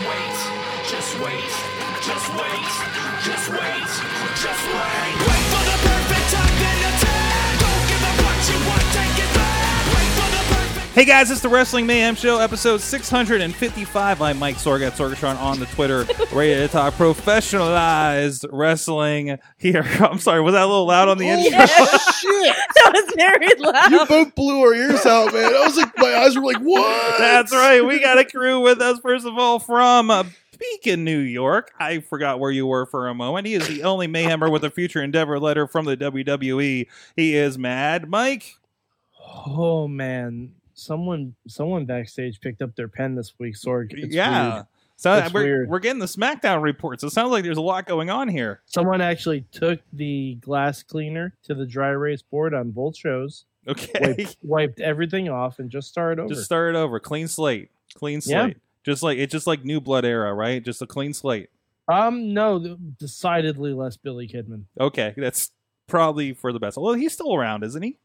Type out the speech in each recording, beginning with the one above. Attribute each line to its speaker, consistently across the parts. Speaker 1: wait, just wait, just wait, just wait, just wait. Wait for the perfect time then attack. Don't give up what you want, take it back. Wait for the perfect.
Speaker 2: Hey guys, it's the Wrestling Mayhem Show, episode 655. I'm Mike Sorg at Sorgatron on the Twitter, ready to talk professionalized wrestling here. I'm sorry, was that a little loud on the intro?
Speaker 3: shit!
Speaker 4: That was very loud.
Speaker 3: You both blew our ears out, man. I was like, my eyes were like, what?
Speaker 2: That's right. We got a crew with us, first of all, from uh, Beacon, New York. I forgot where you were for a moment. He is the only Mayhemmer with a future endeavor letter from the WWE. He is Mad Mike.
Speaker 5: Oh man, someone someone backstage picked up their pen this week. Sorg, it's
Speaker 2: yeah.
Speaker 5: weird.
Speaker 2: So uh,
Speaker 5: It's
Speaker 2: we're,
Speaker 5: weird.
Speaker 2: we're getting the SmackDown reports. It sounds like there's a lot going on here.
Speaker 5: someone actually took the glass cleaner to the dry erase board on both shows,
Speaker 2: Okay.
Speaker 5: wiped, wiped everything off, and just started over.
Speaker 2: Just start it over. Clean slate. Clean
Speaker 5: Yeah.
Speaker 2: slate. Just like it's just like new blood era, right? Just a clean slate.
Speaker 5: um, no, th- decidedly less Billy Kidman.
Speaker 2: Okay, that's probably for the best. Although he's still around, isn't he?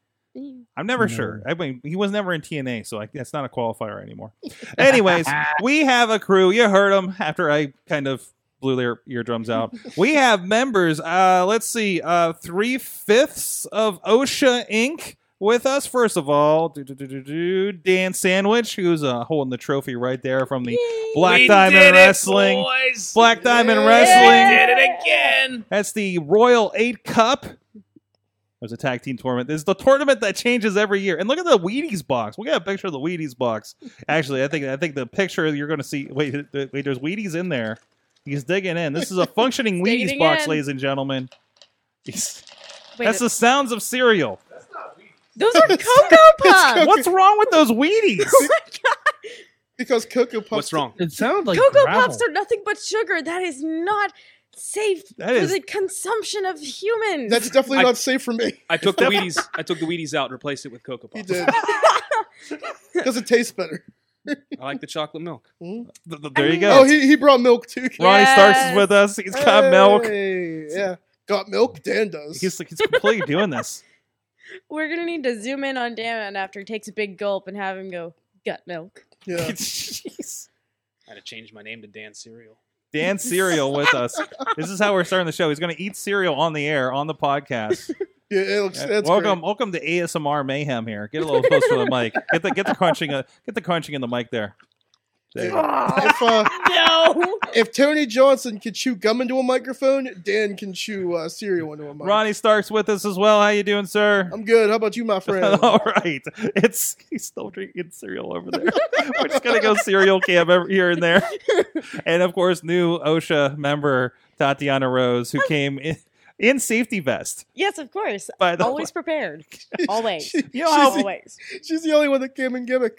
Speaker 2: I'm never
Speaker 5: No.
Speaker 2: sure. I mean, he was never in TNA, so like that's not a qualifier anymore. Anyways, we have a crew. You heard them after I kind of blew their eardrums out. we have members. Uh, let's see, uh, three fifths of OSHA Inc. with us. First of all, do, do, do, do, do, Dan Sandwich, who's uh, holding the trophy right there from the Black
Speaker 1: We
Speaker 2: Diamond
Speaker 1: did it,
Speaker 2: Wrestling.
Speaker 1: boys.
Speaker 2: Black Diamond
Speaker 1: Yeah.
Speaker 2: Wrestling.
Speaker 1: We did it again.
Speaker 2: That's the Royal Eight Cup. There's a tag team tournament. This is the tournament that changes every year. And look at the Wheaties box. We got a picture of the Wheaties box. Actually, I think I think the picture you're going to see. Wait, th- wait. There's Wheaties in there. He's digging in. This is a functioning
Speaker 4: He's
Speaker 2: Wheaties
Speaker 4: digging
Speaker 2: box,
Speaker 4: in.
Speaker 2: ladies and gentlemen. Jeez.
Speaker 4: Wait,
Speaker 2: That's the sounds of cereal.
Speaker 4: those are Cocoa Puffs.
Speaker 2: What's wrong with those Wheaties?
Speaker 3: Because Cocoa Puffs. What's wrong?
Speaker 5: It sounded like
Speaker 4: Cocoa
Speaker 5: gravel.
Speaker 4: Puffs are nothing but sugar. That is not safe
Speaker 2: That
Speaker 4: for
Speaker 2: is-
Speaker 4: the consumption of humans.
Speaker 3: That's definitely
Speaker 6: I-
Speaker 3: not safe for me.
Speaker 6: I took the Wheaties. I took the Wheaties out and replaced it with Cocoa
Speaker 3: He
Speaker 6: Puffs.
Speaker 3: did. Because it tastes better. Hmm?
Speaker 6: I like the chocolate milk.
Speaker 2: Th- th- there you go.
Speaker 3: Oh, he, he brought milk too.
Speaker 2: Ronnie Starks is with us. He's got milk.
Speaker 3: Hey, Yeah. Got milk? Dan does.
Speaker 2: He's he's completely doing this.
Speaker 4: We're gonna need to zoom in on Damon after he takes a big gulp and have him go gut milk.
Speaker 3: yeah.
Speaker 2: Jeez.
Speaker 6: I had to change my name to Dan Cereal.
Speaker 2: Dan cereal with us. This is how we're starting the show. He's going to eat cereal on the air on the podcast.
Speaker 3: yeah it looks, that's
Speaker 2: welcome, welcome to ASMR mayhem here. Get a little closer to the mic. Get the get the crunching, uh, get the crunching in the mic there. There you
Speaker 3: Great.
Speaker 2: go.
Speaker 3: If, uh,
Speaker 4: No,
Speaker 3: if Tony Johnson could chew gum into a microphone, Dan can chew uh, cereal into a mic.
Speaker 2: Ronnie Stark's with us as well. How you doing, sir?
Speaker 3: I'm good. How about you, my friend?
Speaker 2: All right, it's he's still drinking cereal over there. We're just gonna go cereal cam every, here and there, and of course, new OSHA member Tatiana Rose, who came in, in safety vest.
Speaker 4: yes, of course.
Speaker 2: By the
Speaker 4: Always prepared. Always.
Speaker 3: She-
Speaker 2: You know how-
Speaker 4: Always.
Speaker 3: She's the only one that came in gimmick.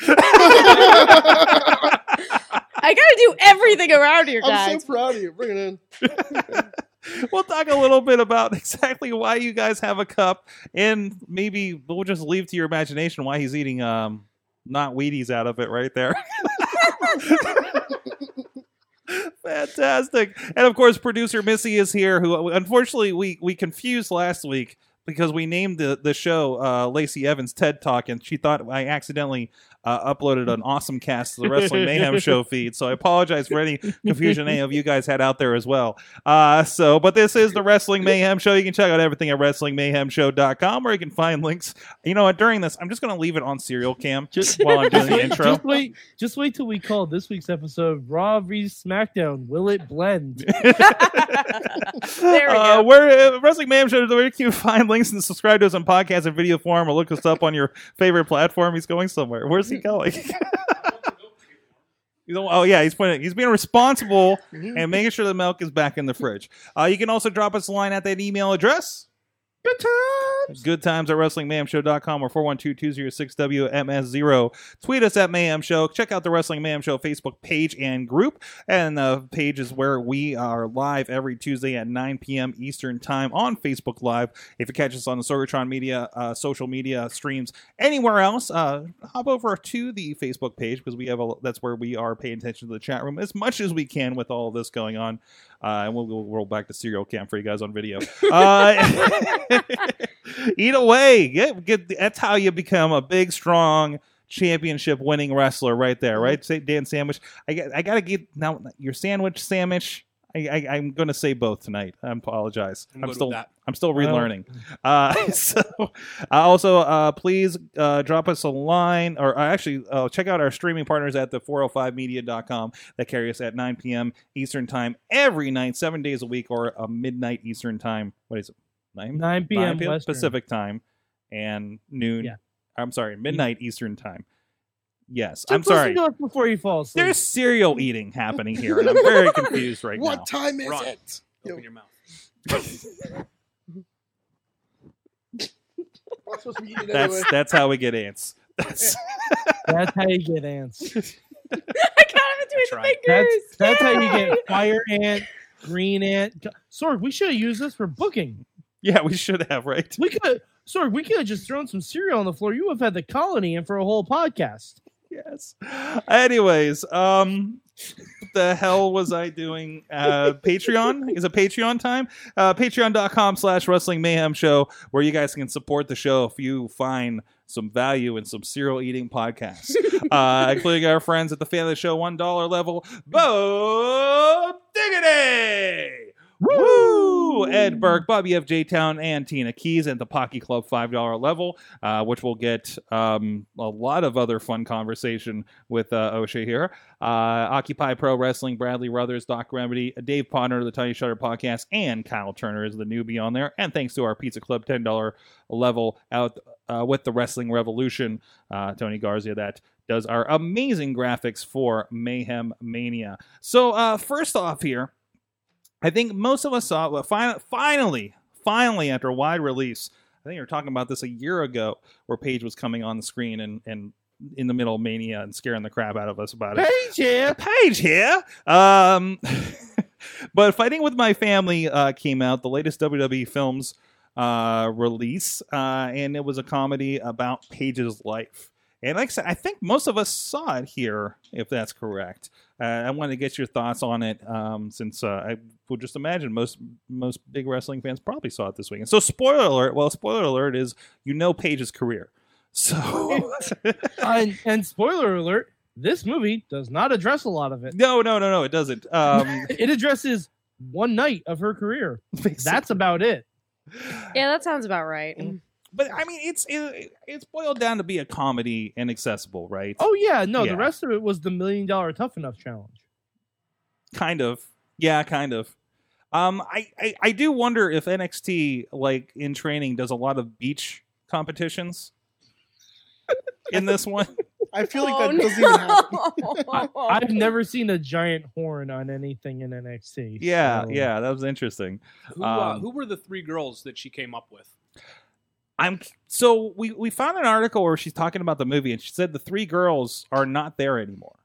Speaker 4: I gotta do everything around here,
Speaker 3: I'm
Speaker 4: guys.
Speaker 3: so proud of you. Bring it in.
Speaker 2: we'll talk a little bit about exactly why you guys have a cup, and maybe we'll just leave to your imagination why he's eating um not Wheaties out of it right there. Fantastic, and of course, producer Missy is here. Who uh, unfortunately we we confused last week because we named the the show uh, Lacey Evans TED Talk, and she thought I accidentally uh, uploaded an awesome cast to the Wrestling Mayhem Show feed. So I apologize for any confusion eh? any of you guys had out there as well. Uh, so, but this is the Wrestling Mayhem Show. You can check out everything at WrestlingMayhemShow.com, where you can find links. You know what? During this, I'm just going to leave it on Serial Cam
Speaker 5: Just-
Speaker 2: while I'm doing the intro.
Speaker 5: Just wait, just wait till we call this week's episode "Raw v SmackDown." Will it blend?
Speaker 4: There we
Speaker 2: uh,
Speaker 4: go.
Speaker 2: Where uh, Wrestling Mayhem Show is where you can find links and subscribe to us on podcast and video form, or look us up on your favorite platform. He's going somewhere. Where's
Speaker 4: Hmm.
Speaker 2: he going? You know- oh yeah, he's putting he's being responsible
Speaker 4: Mm-hmm.
Speaker 2: and making sure the milk is back in the fridge. Uh, you can also drop us a line at that email address. Good times at WrestlingMayhemShow.com or 412-206-WMS0. Tweet us at Mayhem Show. Check out the Wrestling Mayhem Show Facebook page and group. And the page is where we are live every Tuesday at 9 p.m. Eastern Time on Facebook Live. If you catch us on the Sorgatron Media uh, social media streams anywhere else, uh, hop over to the Facebook page because we have a that's where we are paying attention to the chat room as much as we can with all this going on. Uh, and we'll, we'll roll back to serial cam for you guys on video. Uh, either way, get, get, that's how you become a big, strong championship winning wrestler right there,
Speaker 6: Mm-hmm.
Speaker 2: right? Say, Dan Sandwich. I, got- I got to get now your sandwich, sandwich. I, I, I'm going to say both tonight. I apologize.
Speaker 6: I'm
Speaker 2: I'm
Speaker 6: good
Speaker 2: still
Speaker 6: with that.
Speaker 2: I'm still
Speaker 5: Well-
Speaker 2: relearning. Uh, so, uh, also, uh, please uh, drop us a line, or uh, actually, uh, check out our streaming partners at the 405media.com that carry us at 9 p.m. Eastern Time every night, seven days a week, or uh, midnight Eastern Time. What is it? 9,
Speaker 5: 9 p.m.
Speaker 2: 9
Speaker 5: Western.
Speaker 2: Pacific Time and noon.
Speaker 5: Yeah.
Speaker 2: I'm sorry, midnight Eastern Time. Yes,
Speaker 5: Just
Speaker 2: I'm sorry.
Speaker 5: listen to us before you fall asleep.
Speaker 2: There's cereal eating happening here, and I'm very confused right
Speaker 3: what
Speaker 2: now.
Speaker 3: time is
Speaker 6: Run.
Speaker 3: it?
Speaker 6: Open
Speaker 3: Yo.
Speaker 6: your mouth.
Speaker 3: We're supposed to be eating
Speaker 2: That's
Speaker 3: anyway.
Speaker 2: that's how we get ants. That's
Speaker 5: That's how you get ants.
Speaker 4: I got him between the
Speaker 6: Try.
Speaker 4: fingers.
Speaker 5: That's that's how you
Speaker 4: Yay!
Speaker 5: get fire ant, green ant. Sorg, we should have used this for booking.
Speaker 2: yeah, we should have right.
Speaker 5: We could Sorg, we could have just thrown some cereal on the floor. You would have had the colony in for a whole podcast.
Speaker 2: Yes. Anyways, um what the hell was I doing? Uh Patreon is a Patreon time. Uh patreon.com slash wrestling mayhem show where you guys can support the show if you find some value in some cereal eating podcasts. uh including our friends at the fan of the show one dollar level, Bo Diggity! Woo! Ed Burke, Bobby F. J. Town, and Tina Keys at the Pocky Club $5 level, uh, which will get um, a lot of other fun conversation with uh, OSHA here. Uh, Occupy Pro Wrestling, Bradley Ruthers, Doc Remedy, Dave Potter of the Tiny Shutter Podcast, and Kyle Turner is the newbie on there. And thanks to our Pizza Club $10 level out uh, with the Wrestling Revolution, uh, Tony Garcia, that does our amazing graphics for Mayhem Mania. So, uh, first off, here, I think most of us saw, well, fin- finally, finally, after a wide release, I think we were talking about this a year ago, where Paige was coming on the screen and, and in the middle of Mania and scaring the crap out of us about it.
Speaker 5: Hey, Jeff.
Speaker 2: Page here. Um, but Fighting with My Family uh, came out, the latest WWE films uh, release, uh, and it was a comedy about Paige's life. And like I said, I think most of us saw it here, if that's correct. Uh, I want to get your thoughts on it, um, since uh, I would just imagine most most big wrestling fans probably saw it this weekend. So, spoiler alert. Well, spoiler alert is you know Paige's career. So,
Speaker 5: and, and spoiler alert, this movie does not address a lot of it.
Speaker 2: no, no, no, no, it doesn't. Um,
Speaker 5: It addresses one night of her career. That's about it.
Speaker 4: Yeah, that sounds about right.
Speaker 2: but I mean, it's it, it's boiled down to be a comedy and accessible, right?
Speaker 5: Oh yeah, no,
Speaker 2: Yeah.
Speaker 5: the rest of it was the million dollar tough enough challenge.
Speaker 2: kind of. Yeah, kind of. Um, I, I I do wonder if NXT, like in training, does a lot of beach competitions in this one.
Speaker 3: I feel like
Speaker 4: Oh,
Speaker 3: that
Speaker 4: no.
Speaker 3: doesn't even happen.
Speaker 5: I've never seen a giant horn on anything in NXT.
Speaker 2: Yeah,
Speaker 5: so-
Speaker 2: yeah, that was interesting.
Speaker 6: Who, uh,
Speaker 2: Um,
Speaker 6: who were the three girls that she came up with?
Speaker 2: I'm so we we found an article where she's talking about the movie, and she said the three girls are not there anymore.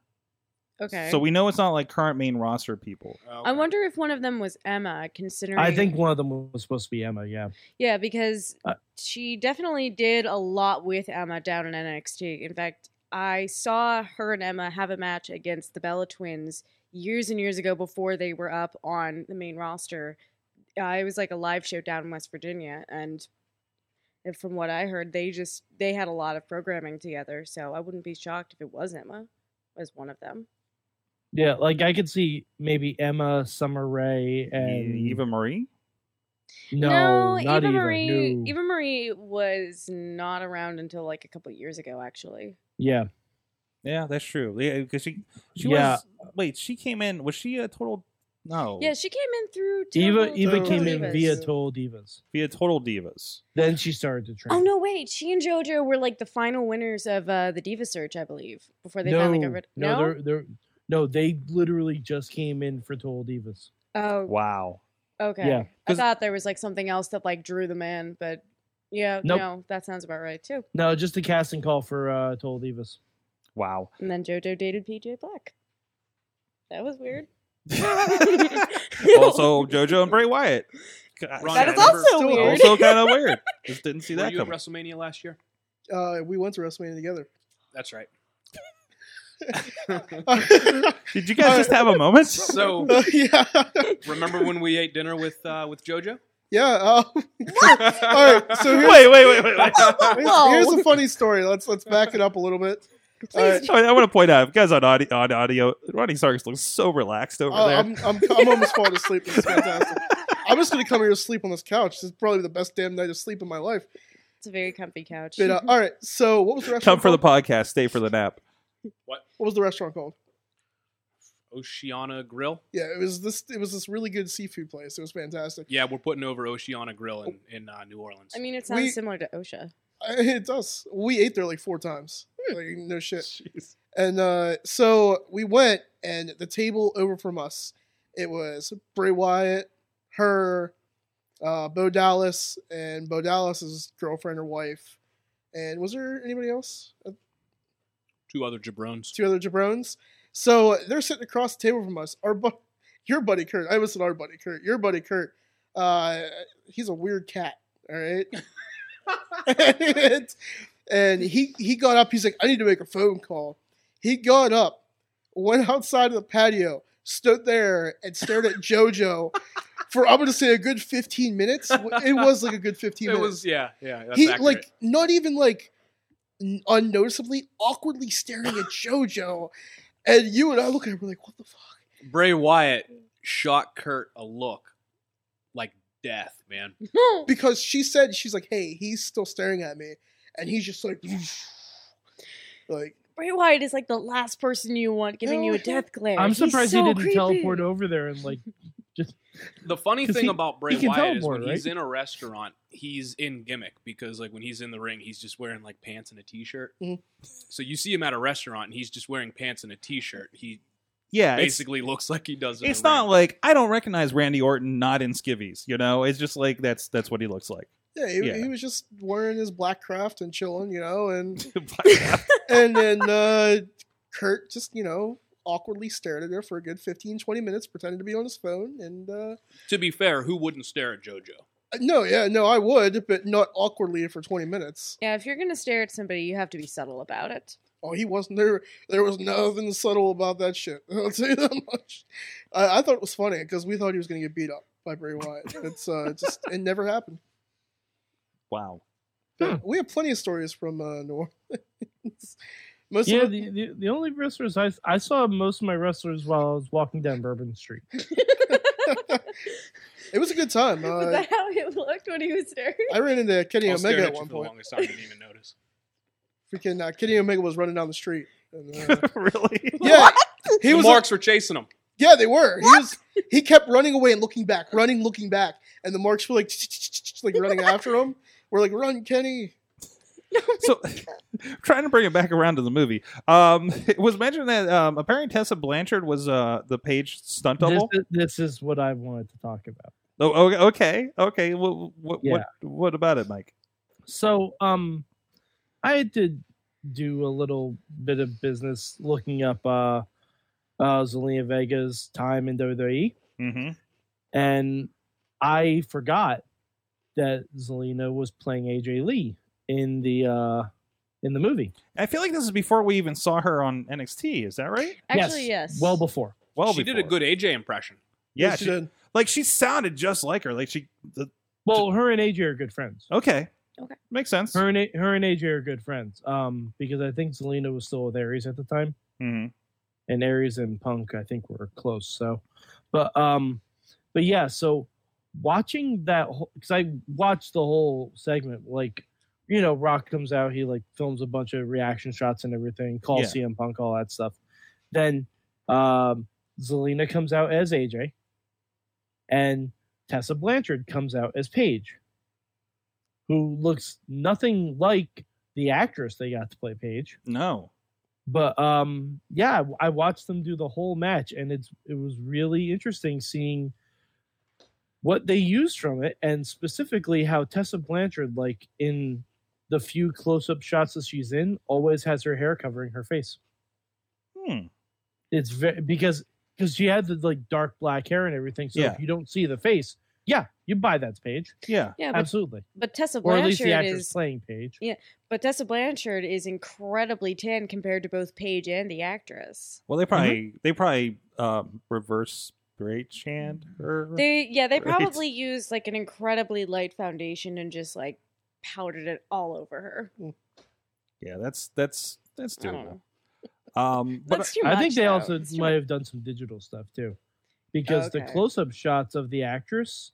Speaker 4: Okay.
Speaker 2: So we know it's not like current main roster people.
Speaker 6: Uh,
Speaker 4: I wonder if one of them was Emma, considering.
Speaker 5: I think one of them was supposed to be Emma. Yeah,
Speaker 4: Yeah, because
Speaker 5: Uh,
Speaker 4: she definitely did a lot with Emma down in NXT. In fact, I saw her and Emma have a match against the Bella Twins years and years ago before they were up on the main roster. Uh, it was like a live show down in West Virginia, and and from what I heard, they just they had a lot of programming together. So I wouldn't be shocked if it was Emma as one of them.
Speaker 5: yeah. Like I could see maybe Emma, Summer Rae, and
Speaker 2: E-, Eva Marie.
Speaker 5: no, not
Speaker 4: Eva
Speaker 5: Eva.
Speaker 4: Marie.
Speaker 5: no.
Speaker 4: Eva Marie was not around until like a couple years ago, actually.
Speaker 5: Yeah,
Speaker 2: Yeah, that's true. Yeah, because she she
Speaker 5: Yeah.
Speaker 2: was wait, she came in was she a total no
Speaker 4: Yeah, she came in through.
Speaker 5: Eva.
Speaker 4: Total
Speaker 5: Eva
Speaker 3: Total
Speaker 5: came in
Speaker 4: Divas.
Speaker 5: via Total Divas.
Speaker 2: via total divas.
Speaker 5: Then she started to train.
Speaker 4: Oh no! Wait, she and JoJo were like the final winners of uh, the Diva Search, I believe, before they finally got rid.
Speaker 5: no, they're, they're, no, they literally just came in for Total Divas.
Speaker 4: oh,
Speaker 2: Wow.
Speaker 4: okay.
Speaker 5: yeah,
Speaker 4: I
Speaker 2: 'cause-
Speaker 4: thought there was like something else that like drew them in, but Yeah,
Speaker 5: Nope.
Speaker 4: no, that sounds about right too.
Speaker 5: No, just a casting call for uh, Total Divas.
Speaker 2: Wow.
Speaker 4: And then JoJo dated PJ Black. That was weird.
Speaker 2: also, JoJo and Bray Wyatt. Gosh,
Speaker 6: Ron
Speaker 4: that is
Speaker 6: Edwards.
Speaker 4: also
Speaker 3: Still
Speaker 4: weird.
Speaker 2: also kind of weird. Just didn't see
Speaker 6: Were
Speaker 2: that
Speaker 6: you at
Speaker 2: coming.
Speaker 6: WrestleMania last year?
Speaker 3: Uh, we went to WrestleMania together.
Speaker 6: That's right.
Speaker 2: Did you guys just have a moment?
Speaker 6: So
Speaker 3: Uh, yeah,
Speaker 6: remember when we ate dinner with uh, with JoJo?
Speaker 3: yeah. Uh,
Speaker 2: All
Speaker 3: right, so here's-
Speaker 2: wait, wait, wait, wait. wait.
Speaker 4: Whoa.
Speaker 3: here's, here's a funny story. Let's let's back it up a little bit. All right.
Speaker 2: I, want to point out, if you guys on audio, on audio Ronnie Sarkis looks so relaxed over
Speaker 3: Uh,
Speaker 2: there.
Speaker 3: I'm, I'm, I'm almost falling asleep. This is fantastic. I'm just gonna come here to sleep on this couch. This is probably the best damn night of sleep in my life.
Speaker 4: It's a very comfy couch.
Speaker 3: But uh, all right, so what was the
Speaker 2: Come
Speaker 3: restaurant?
Speaker 2: for the
Speaker 3: called?
Speaker 2: podcast, stay for the nap.
Speaker 3: what was the restaurant called?
Speaker 6: Oceana Grill.
Speaker 3: Yeah, it was this. It was this really good seafood place. It was fantastic.
Speaker 6: Yeah, we're putting over Oceana Grill in in uh, New Orleans.
Speaker 4: I mean, it sounds
Speaker 3: We-
Speaker 4: similar to OSHA.
Speaker 3: I- It does. We ate there like four times. Like, no shit. And uh, so we went, and the table over from us, it was Bray Wyatt, her, uh, Bo Dallas, and Bo Dallas's girlfriend or wife, and was there anybody else? Uh,
Speaker 6: Two other jabrones.
Speaker 3: Two other jabrones. So they're sitting across the table from us. Our bu- your buddy Kurt. I was our buddy Kurt. Your buddy Kurt. Uh, he's a weird cat. All right. and, and he he got up. He's like, I need to make a phone call. He got up, went outside of the patio, stood there, and stared at JoJo for I'm gonna say a good 15 minutes. It was like a good 15
Speaker 6: It
Speaker 3: minutes
Speaker 6: was yeah yeah. That's
Speaker 3: he
Speaker 6: accurate.
Speaker 3: like not even like n- unnoticeably awkwardly staring at JoJo, and you and I look at him we're like, what the fuck?
Speaker 6: Bray Wyatt shot Kurt a look like death, man.
Speaker 3: Because she said she's like, hey, he's still staring at me, and he's just like, like
Speaker 4: Bray Wyatt is like the last person you want giving you a
Speaker 3: No.
Speaker 4: death glare.
Speaker 5: I'm
Speaker 4: He's
Speaker 5: surprised
Speaker 4: so
Speaker 5: he didn't
Speaker 4: creepy.
Speaker 5: teleport over there and like just
Speaker 6: The funny
Speaker 5: 'Cause
Speaker 6: thing
Speaker 5: he-
Speaker 6: about Bray
Speaker 5: he can
Speaker 6: Wyatt is
Speaker 5: teleport,
Speaker 6: when he's
Speaker 5: right?
Speaker 6: in a restaurant, he's in gimmick because like when he's in the ring, he's just wearing like pants and a t-shirt.
Speaker 3: Mhm.
Speaker 6: So you see him at a restaurant and he's just wearing pants and a t-shirt. He
Speaker 2: Yeah, it's-
Speaker 6: basically looks like he does. In
Speaker 2: it's
Speaker 6: the
Speaker 2: not
Speaker 6: ring.
Speaker 2: like I don't recognize Randy Orton not in skivvies. You know, it's just like that's that's what he looks like.
Speaker 3: yeah he,
Speaker 2: Yeah.
Speaker 3: he was just wearing his black craft and chilling, you know, and and then uh, Kurt just you know awkwardly stared at her for a good 15 20 minutes pretending to be on his phone and uh
Speaker 6: to be fair, who wouldn't stare at JoJo?
Speaker 3: no yeah no i would but not awkwardly for 20 minutes
Speaker 4: Yeah, if you're gonna stare at somebody, you have to be subtle about it.
Speaker 3: Oh, he wasn't there. There was nothing subtle about that shit. I'll tell you that much. I, I thought it was funny because we thought he was going to get beat up by Bray Wyatt. It's uh, just it never happened.
Speaker 2: Wow.
Speaker 3: But we have plenty of stories from uh, New Orleans. Most
Speaker 5: yeah.
Speaker 3: of it,
Speaker 5: The, the, the only wrestlers I I saw most of my wrestlers while I was walking down Bourbon Street.
Speaker 3: it was a good time.
Speaker 4: was
Speaker 3: Uh,
Speaker 4: that how it looked when he was staring?
Speaker 3: I ran into Kenny
Speaker 6: I stared
Speaker 3: Omega
Speaker 6: at
Speaker 3: at
Speaker 6: you
Speaker 3: one
Speaker 6: for the
Speaker 3: point.
Speaker 6: longest time. I didn't even notice.
Speaker 3: Freaking uh, Kenny Omega was running down the street. And, uh,
Speaker 2: really?
Speaker 3: yeah, he
Speaker 6: the
Speaker 3: was.
Speaker 6: marks were chasing him.
Speaker 3: yeah, they were. He was. He kept running away and looking back, running, looking back, and the marks were like like running after him. We're like, run, Kenny.
Speaker 2: so trying to bring it back around to the movie. Um, it was mentioned that um, apparently Tessa Blanchard was uh, the page stunt
Speaker 5: This,
Speaker 2: double.
Speaker 5: is- this is what I wanted to talk about.
Speaker 2: Oh, o- okay, okay. What, what,
Speaker 5: Yeah.
Speaker 2: what, what about it, Mike?
Speaker 5: So um, I had to do a little bit of business looking up uh, uh Zelina Vega's time in WWE.
Speaker 2: Mm-hmm.
Speaker 5: and I forgot that Zelina was playing AJ Lee in the uh in the movie.
Speaker 2: I feel like this is before we even saw her on NXT. Is that right?
Speaker 4: Actually, yes.
Speaker 5: Well before.
Speaker 2: Well,
Speaker 6: she did a
Speaker 2: before.
Speaker 6: good AJ impression.
Speaker 2: Yeah,
Speaker 3: Yes,
Speaker 2: she,
Speaker 3: you did.
Speaker 2: like she sounded just like her. Like she. The,
Speaker 5: Well, her and AJ are good friends.
Speaker 2: okay.
Speaker 4: Okay.
Speaker 2: Makes sense.
Speaker 5: Her and A- her and AJ are good friends. Um, because I think Zelina was still with Aries at the time,
Speaker 2: hmm
Speaker 5: and Aries and Punk I think were close. So, but um, but yeah. So watching that because I watched the whole segment. Like, you know, Rock comes out. He like films a bunch of reaction shots and everything. Calls CM Punk, all that stuff. Then um, Zelina comes out as AJ, and Tessa Blanchard comes out as Paige, who looks nothing like the actress they got to play Paige.
Speaker 2: No.
Speaker 5: But um, yeah, I watched them do the whole match, and it's it was really interesting seeing what they used from it and specifically how Tessa Blanchard, like in the few close up shots that she's in, always has her hair covering her face.
Speaker 2: Hmm.
Speaker 5: It's very because because she had the like dark black hair and everything. So
Speaker 2: Yeah.
Speaker 5: if you don't see the face, yeah, you buy that page.
Speaker 2: Yeah.
Speaker 4: Yeah, but,
Speaker 5: Absolutely.
Speaker 4: but Tessa
Speaker 5: Or at least the
Speaker 4: Blanchard
Speaker 5: actress
Speaker 4: is
Speaker 5: playing page.
Speaker 4: but Tessa Blanchard is incredibly tan compared to both Paige and the actress.
Speaker 2: Well, they probably they probably um, reverse braid chant her.
Speaker 4: They yeah, they
Speaker 2: Right.
Speaker 4: probably used like an incredibly light foundation and just like powdered it all over her.
Speaker 2: yeah, that's that's that's
Speaker 4: I don't
Speaker 2: doable.
Speaker 4: know.
Speaker 2: Um, but
Speaker 4: That's too much.
Speaker 5: I think they
Speaker 4: though.
Speaker 5: also
Speaker 4: That's too
Speaker 5: might
Speaker 4: much.
Speaker 5: have done some digital stuff too, because
Speaker 4: Okay.
Speaker 5: the close-up shots of the actress,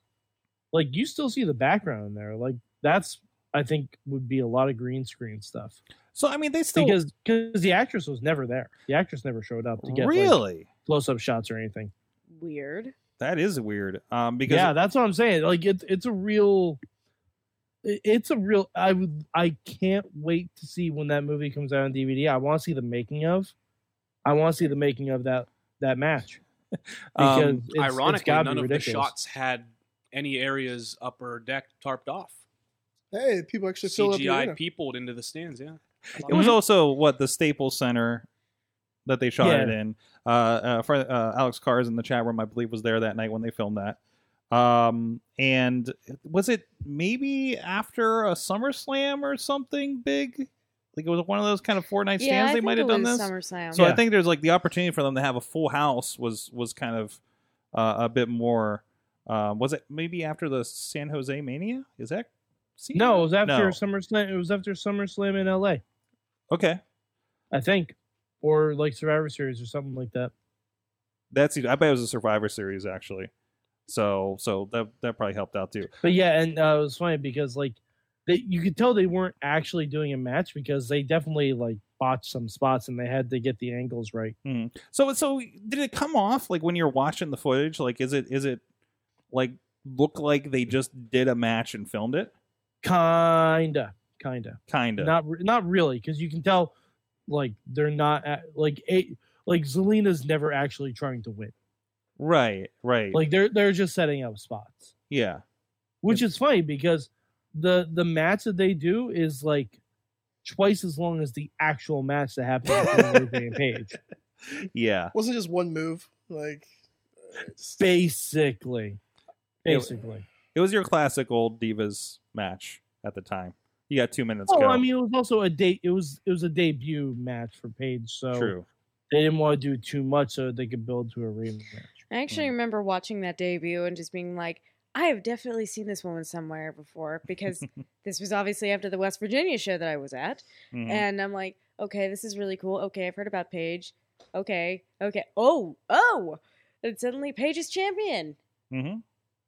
Speaker 5: like you still see the background in there. Like that's I think would be a lot of green screen stuff
Speaker 2: so I mean, they still
Speaker 5: because because the actress was never there. The actress never showed up to get like,
Speaker 2: really
Speaker 5: close-up shots or anything.
Speaker 4: weird.
Speaker 2: that is weird. Um, because
Speaker 5: yeah, that's what I'm saying. Like it's it's a real. it- It's a real. I would. I can't wait to see when that movie comes out on DVD. I want to see the making of. I want to see the making of that that match.
Speaker 2: um,
Speaker 5: because it's- it's
Speaker 6: Ironically,
Speaker 5: gotta be
Speaker 6: none of the
Speaker 5: ridiculous.
Speaker 6: shots had any areas upper deck tarped off.
Speaker 3: Hey, people actually fill up the
Speaker 6: CGI
Speaker 3: arena.
Speaker 6: peopled into the stands. Yeah,
Speaker 2: it
Speaker 4: Mm-hmm.
Speaker 2: was also what the Staples Center that they shot it in. Uh, uh, for, uh, Alex Cars in the chat room, I believe, was there that night when they filmed that. Um, and was it maybe after a SummerSlam or something big? Like it was one of those kind of four night
Speaker 4: Yeah,
Speaker 2: stands
Speaker 4: I
Speaker 2: they
Speaker 4: think
Speaker 2: might have
Speaker 4: it
Speaker 2: done
Speaker 4: was
Speaker 2: this.
Speaker 4: SummerSlam.
Speaker 2: So I
Speaker 5: Yeah.
Speaker 2: think there's like the opportunity for them to have a full house was was kind of uh, a bit more. Um, was it maybe after the San Jose Mania? Is that?
Speaker 5: No, it was after
Speaker 2: No.
Speaker 5: SummerSlam. It was after SummerSlam in LA,
Speaker 2: Okay,
Speaker 5: I think, or like Survivor Series or something like that.
Speaker 2: that's e, I bet it was a Survivor Series actually. So so that that probably helped out too.
Speaker 5: But yeah, and uh, it was funny because like they, you could tell they weren't actually doing a match because they definitely like botched some spots and they had to get the angles right.
Speaker 2: So so did it come off like when you're watching the footage? Like is it is it like look like they just did a match and filmed it?
Speaker 5: Kinda, kinda,
Speaker 2: Kind of.
Speaker 5: not re- not really, because you can tell like they're not at, like a like Zelina's never actually trying to win.
Speaker 2: Right, right.
Speaker 5: Like they're they're just setting up spots.
Speaker 2: yeah.
Speaker 5: which is funny because the the match that they do is like twice as long as the actual match that happened between Lupe and Page.
Speaker 2: Yeah.
Speaker 3: Wasn't just one move. Like, it's-
Speaker 5: Basically,
Speaker 2: Yeah.
Speaker 5: basically.
Speaker 2: It was your classic old divas match at the time. You got 2 minutes
Speaker 5: Oh,
Speaker 2: go.
Speaker 5: I mean, it was also a date. It was it was a debut match for Page, so
Speaker 2: True.
Speaker 5: they didn't want to do too much so they could build to a rematch.
Speaker 4: I actually
Speaker 2: Mm.
Speaker 4: remember watching that debut and just being like, I have definitely seen this woman somewhere before because this was obviously after the West Virginia show that I was at.
Speaker 2: Mhm.
Speaker 5: eh.
Speaker 4: And I'm like, okay, this is really cool. Okay, I've heard about Paige. Okay, okay. Oh, oh. And suddenly Paige is champion.
Speaker 2: Mhm.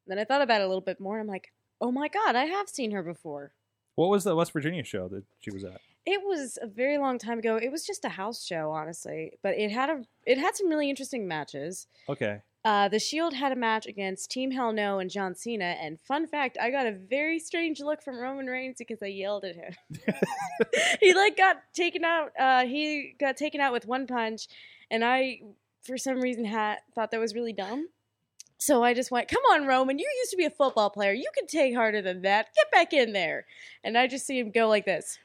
Speaker 4: Then I thought about it a little bit more and I'm like, oh my God, I have seen her before.
Speaker 2: What was the West Virginia show that she was at?
Speaker 4: It was a very long time ago. It was just a house show, honestly, but it had a it had some really interesting matches.
Speaker 2: Okay.
Speaker 4: Uh, the Shield had a match against Team Hell No and John Cena, and fun fact, I got a very strange look from Roman Reigns because I yelled at him. he like got taken out. Uh, he got taken out with one punch, and I, for some reason, had thought that was really dumb. So I just went, "Come on, Roman! You used to be a football player. You can take harder than that. Get back in there!" And I just see him go like this.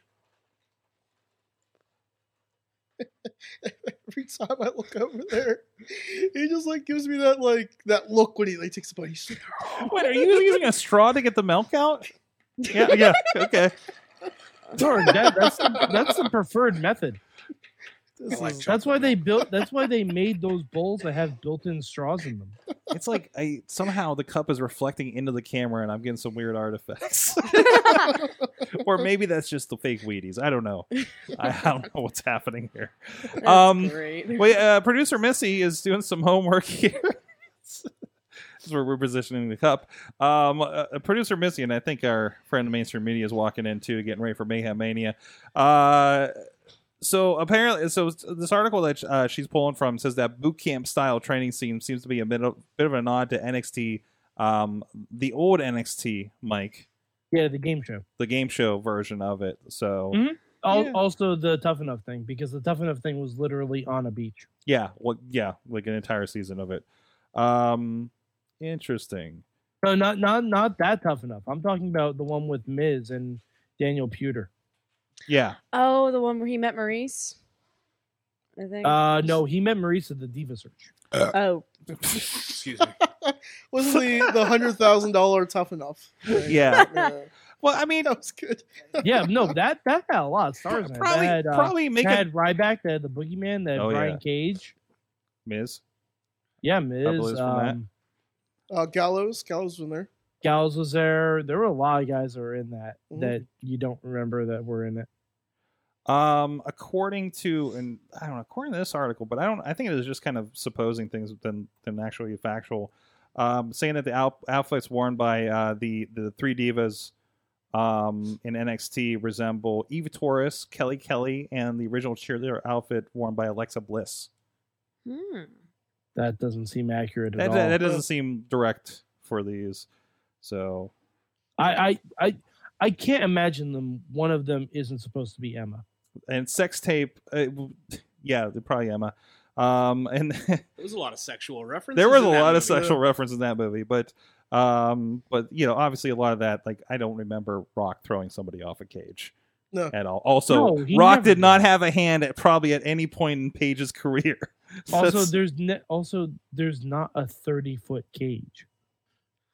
Speaker 3: every time I look over there, he just like gives me that like that look when he like takes a bite. He's like,
Speaker 2: Wait, are you using a straw to get the milk out? Yeah, yeah. Okay.
Speaker 5: Darn, that, that's the, that's the preferred method.
Speaker 3: this
Speaker 6: like
Speaker 3: is-
Speaker 6: Chuck.
Speaker 5: That's why they built. That's why they made those bowls that have built-in straws in them.
Speaker 2: It's like I somehow the cup is reflecting into the camera, and I'm getting some weird artifacts. or maybe that's just the fake Wheaties. I don't know. I, I don't know what's happening here.
Speaker 4: That's
Speaker 2: Um,
Speaker 4: great.
Speaker 2: Wait, uh, producer Missy is doing some homework here. This is where we're positioning the cup. Um, uh, producer Missy and I think our friend Mainstream Media is walking in too, getting ready for Mayhem Mania. Uh, so apparently, so this article that uh, she's pulling from says that boot camp style training scene seems to be a bit of, bit of a nod to NXT, um, the old NXT, Mike,
Speaker 5: Yeah, the game show.
Speaker 2: the game show version of it. So
Speaker 5: Mhm. Al
Speaker 2: Yeah.
Speaker 5: Also, the tough enough thing because the tough enough thing was literally on a beach.
Speaker 2: yeah, well, yeah, like an entire season of it. Um, interesting.
Speaker 5: No, not not not that tough enough. I'm talking about the one with Miz and Daniel Pewter.
Speaker 2: Yeah.
Speaker 4: Oh, the one where he met Maurice. I think.
Speaker 5: Uh, no, he met Maurice at the Diva Search.
Speaker 4: oh,
Speaker 6: Excuse me.
Speaker 3: Wasn't the the hundred thousand dollar tough enough? thing?
Speaker 2: Yeah.
Speaker 3: yeah,
Speaker 2: Well, I mean,
Speaker 3: that was good.
Speaker 5: Yeah, no, that that had a lot of stars. in it.
Speaker 2: probably
Speaker 5: that had, uh,
Speaker 2: probably make
Speaker 5: that
Speaker 2: it
Speaker 5: had Ryback, that had the Boogeyman, that had
Speaker 2: Oh,
Speaker 5: Brian
Speaker 2: yeah.
Speaker 5: Cage.
Speaker 2: Miz.
Speaker 5: Yeah, Miz.
Speaker 2: blues from that.
Speaker 5: Um,
Speaker 3: Uh, Gallows, Gallows was in there.
Speaker 5: Gals was there. There were a lot of guys that were in that
Speaker 3: Mhm.
Speaker 5: that you don't remember that were in it.
Speaker 2: Um, according to and I don't know, according to this article, but I don't. I think it is just kind of supposing things than than actually factual. Um, saying that the out, outfits worn by uh, the the three divas um, in NXT resemble Eva Torres, Kelly Kelly, and the original cheerleader outfit worn by Alexa Bliss.
Speaker 4: hmm.
Speaker 5: That doesn't seem accurate at
Speaker 2: That,
Speaker 5: all.
Speaker 2: that, that doesn't seem direct for these. So
Speaker 5: I, I I I can't imagine them. One of them isn't supposed to be Emma.
Speaker 2: and sex tape, uh, w- yeah, probably Emma. Um, and
Speaker 6: There was a lot of sexual references.
Speaker 2: there was
Speaker 6: in
Speaker 2: a
Speaker 6: that
Speaker 2: lot of
Speaker 6: movie.
Speaker 2: sexual reference in that movie but um but you know obviously a lot of that like i don't remember rock throwing somebody off a cage
Speaker 3: No.
Speaker 2: at all also
Speaker 5: No, he
Speaker 2: rock
Speaker 5: never
Speaker 2: did not
Speaker 5: did.
Speaker 2: have a hand at probably at any point in paige's career So
Speaker 5: Also,
Speaker 2: that's-
Speaker 5: there's ne- also there's not a thirty foot cage.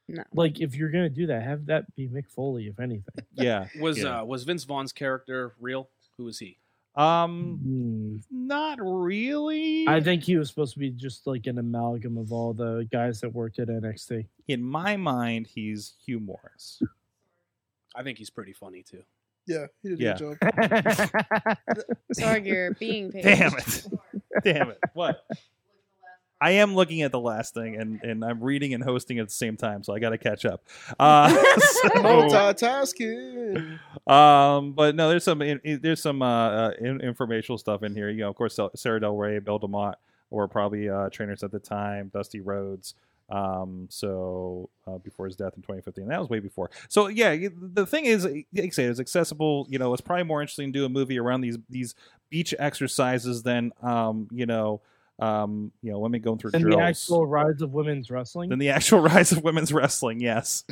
Speaker 4: No.
Speaker 5: Like if you're gonna do that, have that be Mick Foley, if anything.
Speaker 2: yeah
Speaker 6: Was
Speaker 2: Yeah.
Speaker 6: uh was Vince Vaughn's character real? Who was he?
Speaker 2: um
Speaker 5: Hmm.
Speaker 2: not really
Speaker 5: I think he was supposed to be just like an amalgam of all the guys that worked at NXT.
Speaker 2: in my mind he's hugh morris
Speaker 6: I think he's pretty funny too.
Speaker 3: Yeah, he did
Speaker 2: Yeah.
Speaker 3: a good job.
Speaker 4: Sorg, you're being paid.
Speaker 2: damn it damn it what I am looking at the last thing, and, and I'm reading and hosting at the same time, so I got to catch up. Uh, so-
Speaker 5: Oh,
Speaker 3: Multitasking.
Speaker 2: Um, but no, there's some in- in- there's some uh, uh in, informational stuff in here. You know, of course, Sel- Sarah Del Rey, Bill Demott were probably uh, trainers at the time. Dusty Rhodes. Um, so uh, before his death in 2015, that was way before. So yeah, you- the thing is, like I say, it's accessible. You know, it's probably more interesting to do a movie around these these beach exercises than um, you know, um, you know, women going through
Speaker 5: and
Speaker 2: drills
Speaker 5: the actual rise of women's wrestling.
Speaker 2: than the actual rise of women's wrestling. Yes.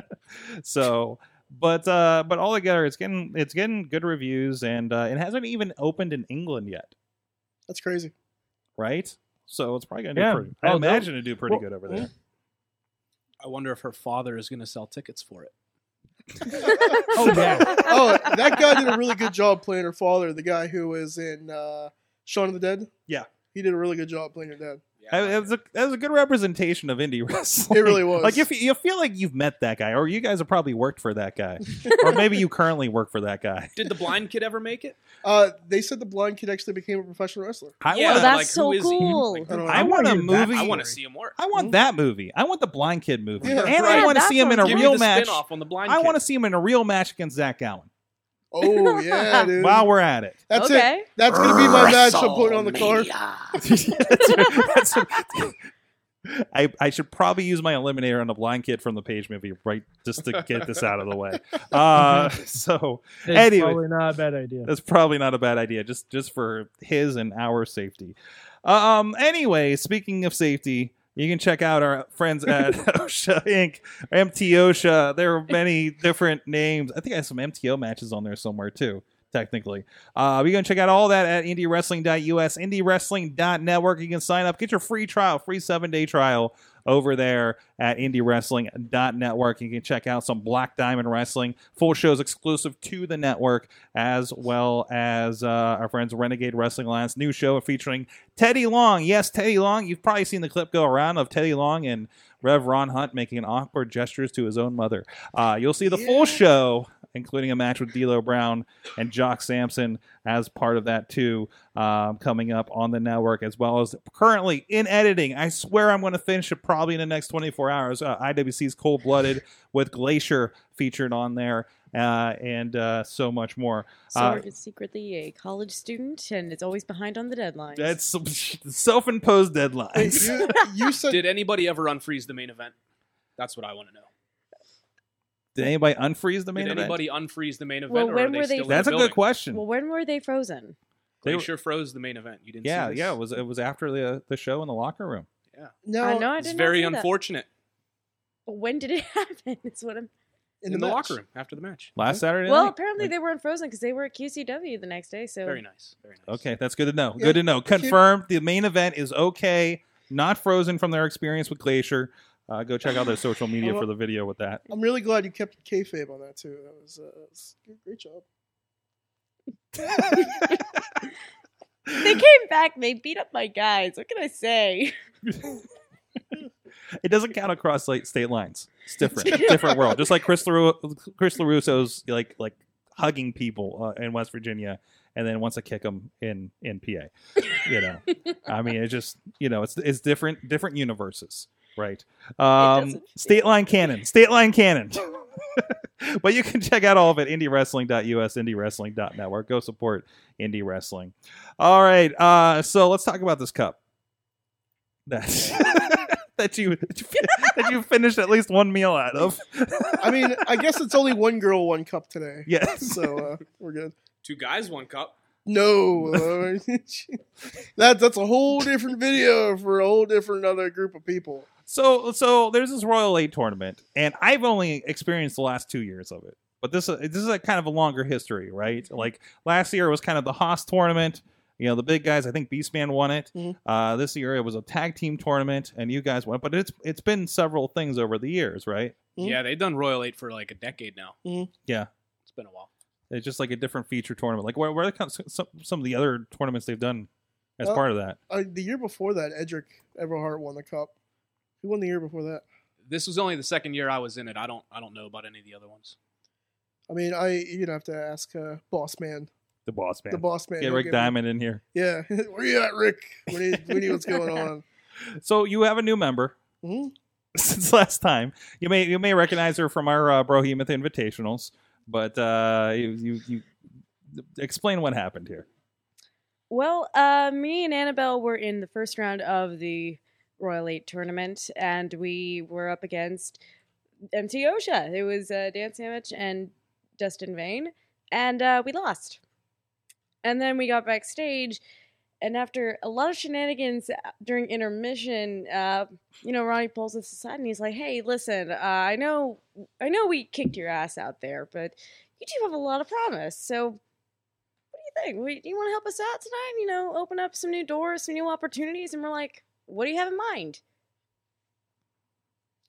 Speaker 2: so, but uh, but altogether, it's getting it's getting good reviews, and uh, it hasn't even opened in England yet,
Speaker 3: That's crazy.
Speaker 2: right? So it's probably gonna do
Speaker 5: Yeah.
Speaker 2: pretty. I
Speaker 5: Oh, that-
Speaker 2: imagine it do pretty
Speaker 5: well-
Speaker 2: good over there.
Speaker 6: I wonder if her father is going to sell tickets for it.
Speaker 5: Oh, yeah.
Speaker 3: Oh, that guy did a really good job playing her father, the guy who was in uh, Shaun of the Dead.
Speaker 2: Yeah.
Speaker 3: he did a really good job playing her dad.
Speaker 2: I- That was a that was a good representation of indie wrestling.
Speaker 3: It really was.
Speaker 2: Like if you, you feel like you've met that guy, or you guys have probably worked for that guy, or maybe you currently work for that guy.
Speaker 6: Did the blind kid ever make it?
Speaker 3: Uh, they said the blind kid actually became a professional wrestler.
Speaker 2: I
Speaker 6: Yeah,
Speaker 4: Oh,
Speaker 2: want
Speaker 4: that's
Speaker 6: like,
Speaker 4: so
Speaker 6: who is he?
Speaker 4: cool.
Speaker 6: Like,
Speaker 3: I don't know.
Speaker 2: I want a
Speaker 5: wanna hear that
Speaker 2: movie.
Speaker 6: I want to see Mm-hmm. him work.
Speaker 2: I want that movie. I want the blind kid movie,
Speaker 3: Yeah,
Speaker 2: and
Speaker 3: right.
Speaker 2: I want to
Speaker 4: Yeah,
Speaker 2: see him in
Speaker 4: that
Speaker 2: a
Speaker 6: Give me
Speaker 2: real
Speaker 6: the
Speaker 2: match.
Speaker 6: spin-off on the blind.
Speaker 2: I
Speaker 6: kid.
Speaker 2: want to see him in a real match against Zach Allen.
Speaker 3: Oh yeah, dude.
Speaker 2: While we're at it,
Speaker 3: That's it.
Speaker 4: okay.
Speaker 3: That's gonna be my match. I'm putting on the card.
Speaker 2: That's- that's- I, I should probably use my eliminator on the blind kid from the page movie right just to get this out of the way. Uh, so
Speaker 5: It's
Speaker 2: Anyway.
Speaker 5: probably not a bad idea.
Speaker 2: that's probably not a bad idea just just for his and our safety. Um. Anyway, speaking of safety. You can check out our friends at OSHA Inc. MT OSHA. There are many different names. I think I have some MTO matches on there somewhere too. Technically, uh, we're gonna check out all that at indiewrestling.us, indiewrestling.network. You can sign up, get your free trial, free seven day trial over there at indiewrestling.network. You can check out some Black Diamond Wrestling, full shows exclusive to the network, as well as uh, our friends Renegade Wrestling Alliance, new show featuring Teddy Long. Yes, Teddy Long. You've probably seen the clip go around of Teddy Long and Rev Ron Hunt making awkward gestures to his own mother. Uh, you'll see the full show, including a match with D'Lo Brown and Jock Sampson as part of that too, um, coming up on the network as well as currently in editing. I swear I'm going to finish it probably in the next 24 hours. Uh, IWC's Cold Blooded with Glacier featured on there, uh, and uh, so much more. Uh,
Speaker 4: Sorg is secretly a college student and it's always behind on the deadlines.
Speaker 2: That's some self-imposed
Speaker 3: Wait,
Speaker 2: deadlines.
Speaker 3: you, you said
Speaker 6: Did anybody ever unfreeze the main event? That's what I want to know.
Speaker 2: Did anybody unfreeze the main
Speaker 6: Did
Speaker 2: event?
Speaker 6: anybody unfreeze the main event?
Speaker 4: Well,
Speaker 6: or
Speaker 4: when
Speaker 6: are they
Speaker 4: were they-
Speaker 6: Still in
Speaker 2: That's a
Speaker 6: the building?
Speaker 2: good question.
Speaker 4: well, when were they frozen?
Speaker 2: They were-
Speaker 6: Glacier froze the main event. You didn't.
Speaker 2: yeah,
Speaker 6: see this?
Speaker 2: yeah, it was it was after the the show in the locker room.
Speaker 3: no.
Speaker 4: I know I
Speaker 6: It's
Speaker 4: didn't
Speaker 6: very
Speaker 4: know that.
Speaker 6: unfortunate.
Speaker 4: But when did it happen? That's what I'm.
Speaker 6: in the
Speaker 3: match.
Speaker 6: locker room after the match.
Speaker 2: Last Saturday
Speaker 4: Well,
Speaker 2: night.
Speaker 4: apparently
Speaker 2: Like-
Speaker 4: they weren't frozen because they were at QCW the next day. So
Speaker 6: Very nice. Very nice.
Speaker 2: Okay, that's good to know.
Speaker 3: Yeah.
Speaker 2: Good to know. Confirmed. The main event is okay. Not frozen from their experience with Glacier. Uh, go check out their social media for the video with that.
Speaker 3: I'm really glad you kept your kayfabe on that too. That was, uh, that was great job.
Speaker 4: they came back. They beat up my guys. What can I say?
Speaker 2: It doesn't count across like state lines. It's different, different world. Just like Chris, LaRu- Chris Larusso's like like hugging people uh, in West Virginia, and then wants to kick them in in PA. You know, I mean, it's just you know, it's it's different different universes, right? Um,
Speaker 4: doesn't-
Speaker 2: state line canon, state line canon. but you can check out all of it indiewrestling.us, indiewrestling.network. Go support indie wrestling. All right, uh, so let's talk about this cup. That's. That you that you finished at least one meal out of.
Speaker 3: I mean, I guess it's only one girl, one cup today.
Speaker 2: Yes.
Speaker 3: So uh, we're good.
Speaker 6: Two guys, one cup.
Speaker 3: No, uh, that that's a whole different video for a whole different other group of people.
Speaker 2: So so there's this Royal Eight tournament, and I've only experienced the last two years of it. But this uh, this is a kind of a longer history, right?
Speaker 3: Mm-hmm.
Speaker 2: Like last year was kind of the Haas tournament. You know the big guys. I think Beastman won it.
Speaker 3: Mhm.
Speaker 2: Uh, this year it was a tag team tournament, and you guys won. But it's it's been several things over the years, right?
Speaker 3: Hmm?
Speaker 6: Yeah, they've done Royal Eight for like a decade now.
Speaker 3: Mhm.
Speaker 2: Yeah.
Speaker 6: it's been a while.
Speaker 2: It's just like a different feature tournament. Like where where are the, some some of the other tournaments they've done as
Speaker 3: Well-
Speaker 2: part of that?
Speaker 3: Uh, the year before that, Edric Everhart won the cup. Who won the year before that?
Speaker 6: This was only the second year I was in it. I don't. I don't know about any of the other ones.
Speaker 3: I mean, I you'd have to ask uh, Boss Man,
Speaker 2: The boss man.
Speaker 3: the Boss Man.
Speaker 2: Get
Speaker 3: He'll
Speaker 2: Rick
Speaker 3: give-
Speaker 2: Diamond in here.
Speaker 3: Yeah, where you at, Rick? We need, we need what's going on.
Speaker 2: So you have a new member.
Speaker 3: hmm
Speaker 2: since last time. You may you may recognize her from our uh, Brohemoth Invitationals, but uh, you, you you explain what happened here.
Speaker 4: Well, uh, me and Annabelle were in the first round of the Royal Eight tournament, and we were up against MT OSHA. It was uh, Dan Sandwich and Dustin Vane, and uh, we lost. And then we got backstage, and after a lot of shenanigans uh, during intermission, uh, you know, Ronnie pulls us aside and he's like, "Hey, listen, uh, I know, I know, we kicked your ass out there, but you do have a lot of promise, so." what do you think? We, do you want to help us out tonight? You know, open up some new doors, some new opportunities. And we're like, what do you have in mind?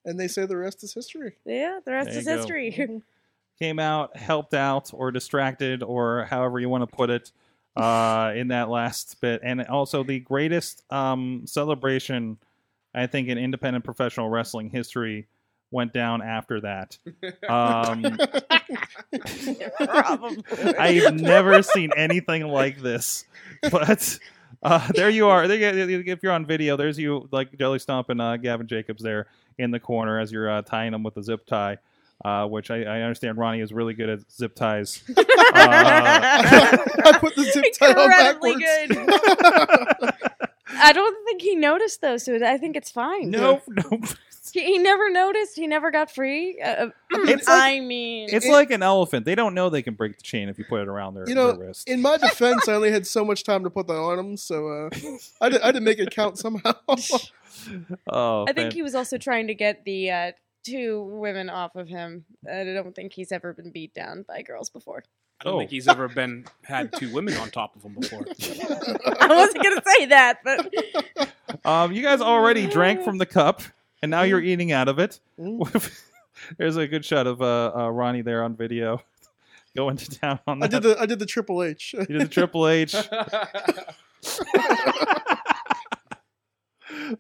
Speaker 3: And they say the rest is history.
Speaker 4: Yeah, the rest
Speaker 2: There
Speaker 4: is
Speaker 2: you go.
Speaker 4: history.
Speaker 2: Came out, helped out, or distracted, or however you want to put it, uh, in that last bit, and also the greatest um, celebration I think in independent professional wrestling history went down after that. Um, I've never seen anything like this. But uh, there you are. There you- If you're on video, there's you like Jelly Stomp and uh, Gavin Jacobs there in the corner as you're uh, tying them with a zip tie, uh, which I, I understand Ronnie is really good at zip ties. Uh,
Speaker 3: I put the zip tie on
Speaker 4: Incredibly
Speaker 3: backwards.
Speaker 4: good. I don't think he noticed though, so I think it's fine.
Speaker 2: nope, nope.
Speaker 4: He, he never noticed. He never got free. Uh,
Speaker 2: It's
Speaker 4: I mean,
Speaker 2: It's like an elephant. They don't know they can break the chain if you put it around their,
Speaker 3: You know,
Speaker 2: their wrist.
Speaker 3: In my defense, I only had so much time to put that on him, so uh, I, did, I had to make it count somehow.
Speaker 2: oh,
Speaker 4: I think
Speaker 2: fan-
Speaker 4: he was also trying to get the uh, two women off of him. I don't think he's ever been beat down by girls before.
Speaker 6: I don't
Speaker 2: Oh.
Speaker 6: think he's ever been had two women on top of him before.
Speaker 4: I wasn't gonna say that, but
Speaker 2: Um, you guys already drank from the cup, and now you're eating out of it.
Speaker 3: Hmm?
Speaker 2: There's a good shot of uh, uh, Ronnie there on video going to town on
Speaker 3: I
Speaker 2: that.
Speaker 3: did the I did the Triple H.
Speaker 2: you did the Triple H.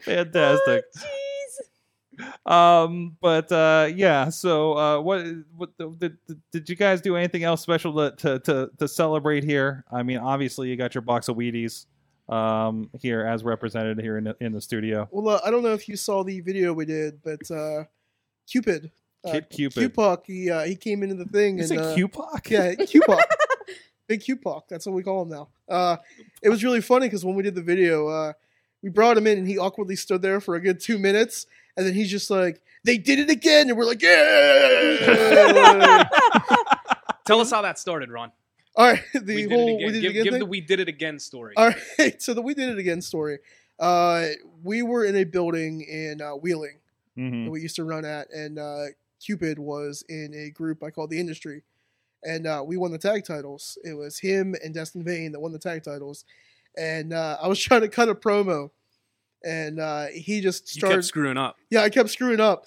Speaker 2: Fantastic.
Speaker 4: Oh, jeez.
Speaker 2: Um, but uh, yeah. So uh, what? What the, did, did you guys do anything else special to, to to to celebrate here? I mean, obviously you got your box of Wheaties um here as represented here in the, in the studio.
Speaker 3: Well, uh, I don't know if you saw the video we did, but uh, Cupid, Uh,
Speaker 2: Kid Cupid.
Speaker 3: Cupoc, he uh, he came into the thing
Speaker 2: Is
Speaker 3: and
Speaker 2: it
Speaker 3: uh,
Speaker 2: Cupoc?
Speaker 3: yeah, Cupoc, big Cupoc. That's what we call him now. Uh, it was really funny because when we did the video, uh, we brought him in and he awkwardly stood there for a good two minutes, and then he's just like, "They did it again," and we're like, "Yeah!"
Speaker 6: Tell us how that started, Ron.
Speaker 3: All right, the
Speaker 6: we did
Speaker 3: whole
Speaker 6: it again.
Speaker 3: we did
Speaker 6: give
Speaker 3: it again
Speaker 6: give
Speaker 3: thing.
Speaker 6: the we did it again story.
Speaker 3: All right, so the we did it again story. Uh, we were in a building in uh, Wheeling,
Speaker 2: hmm
Speaker 3: that we used to run at, and uh, Cupid was in a group I called the Industry, and uh, we won the tag titles. It was him and Destin Vane that won the tag titles, and uh, I was trying to cut a promo, and uh, he just
Speaker 6: You
Speaker 3: started.
Speaker 6: kept screwing up.
Speaker 3: yeah, I kept screwing up.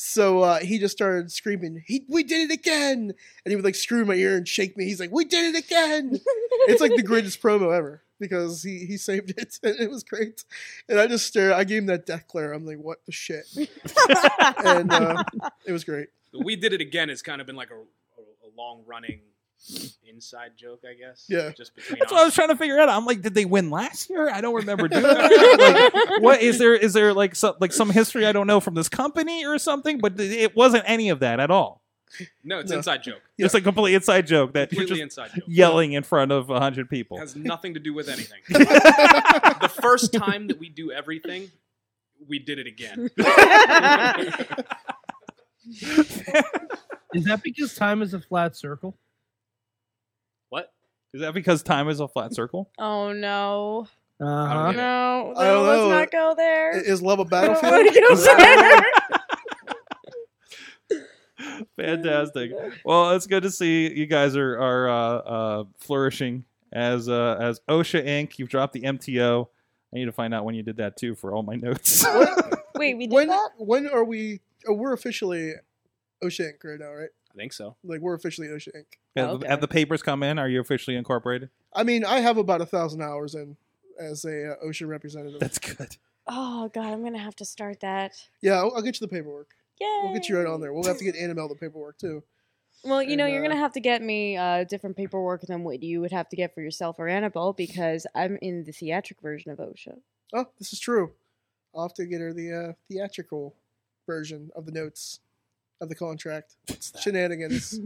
Speaker 3: So uh, he just started screaming, he, "We did it again!" And he would like screw my ear and shake me. He's like, "We did it again!" it's like the greatest promo ever because he he saved it and it was great. And I just stare. I gave him that death glare. I'm like, "What the shit?" and uh, it was great.
Speaker 6: We did it again. It's kind of been like a, a, a long running inside joke, I guess.
Speaker 3: Yeah.
Speaker 6: Just between
Speaker 2: That's
Speaker 6: us.
Speaker 2: what I was trying to figure out. I'm like, did they win last year? I don't remember doing that. Like, what is there? Is there like some like some history I don't know from this company or something? But th- it wasn't any of that at all.
Speaker 6: no, it's
Speaker 3: No.
Speaker 6: inside joke.
Speaker 3: Yeah.
Speaker 2: It's a complete inside joke that you're
Speaker 6: Completely
Speaker 2: just
Speaker 6: inside joke.
Speaker 2: yelling in front of a hundred people.
Speaker 6: has nothing to do with anything. the first time that we do everything, we did it again.
Speaker 5: Is that because time is a flat circle?
Speaker 6: What?
Speaker 2: Is that because time is a flat circle?
Speaker 4: oh no.
Speaker 5: Uh-huh.
Speaker 6: I don't
Speaker 4: No,
Speaker 3: I don't
Speaker 4: no, let's
Speaker 3: know.
Speaker 4: not go there.
Speaker 3: I- Is love a
Speaker 4: I don't wanna
Speaker 3: battlefield?
Speaker 4: go there.
Speaker 2: Fantastic. Well, it's good to see you guys are are uh, uh, flourishing as uh, as OSHA Inc. You've dropped the MTO. I need to find out when you did that too for all my notes.
Speaker 4: Wait, we did
Speaker 3: when
Speaker 4: that?
Speaker 3: when are we? Oh, we're officially OSHA Inc. right now, right?
Speaker 6: I think so.
Speaker 3: Like we're officially OSHA Inc.
Speaker 2: have,
Speaker 4: Okay.
Speaker 2: have the papers come in? Are you officially incorporated?
Speaker 3: I mean, I have about a thousand hours in as a uh, OSHA representative.
Speaker 2: That's good.
Speaker 4: Oh god, I'm gonna have to start that.
Speaker 3: yeah, I'll, I'll get you the paperwork.
Speaker 4: Yeah.
Speaker 3: We'll get you right on there. We'll have to get Annabelle the paperwork too.
Speaker 4: Well, you know,
Speaker 3: And,
Speaker 4: you're
Speaker 3: uh,
Speaker 4: gonna have to get me uh, different paperwork than what you would have to get for yourself or Annabelle because I'm in the theatric version of OSHA.
Speaker 3: Oh, this is true. I'll have to get her the uh, theatrical version of the notes of the contract.
Speaker 6: What's that?
Speaker 3: Shenanigans.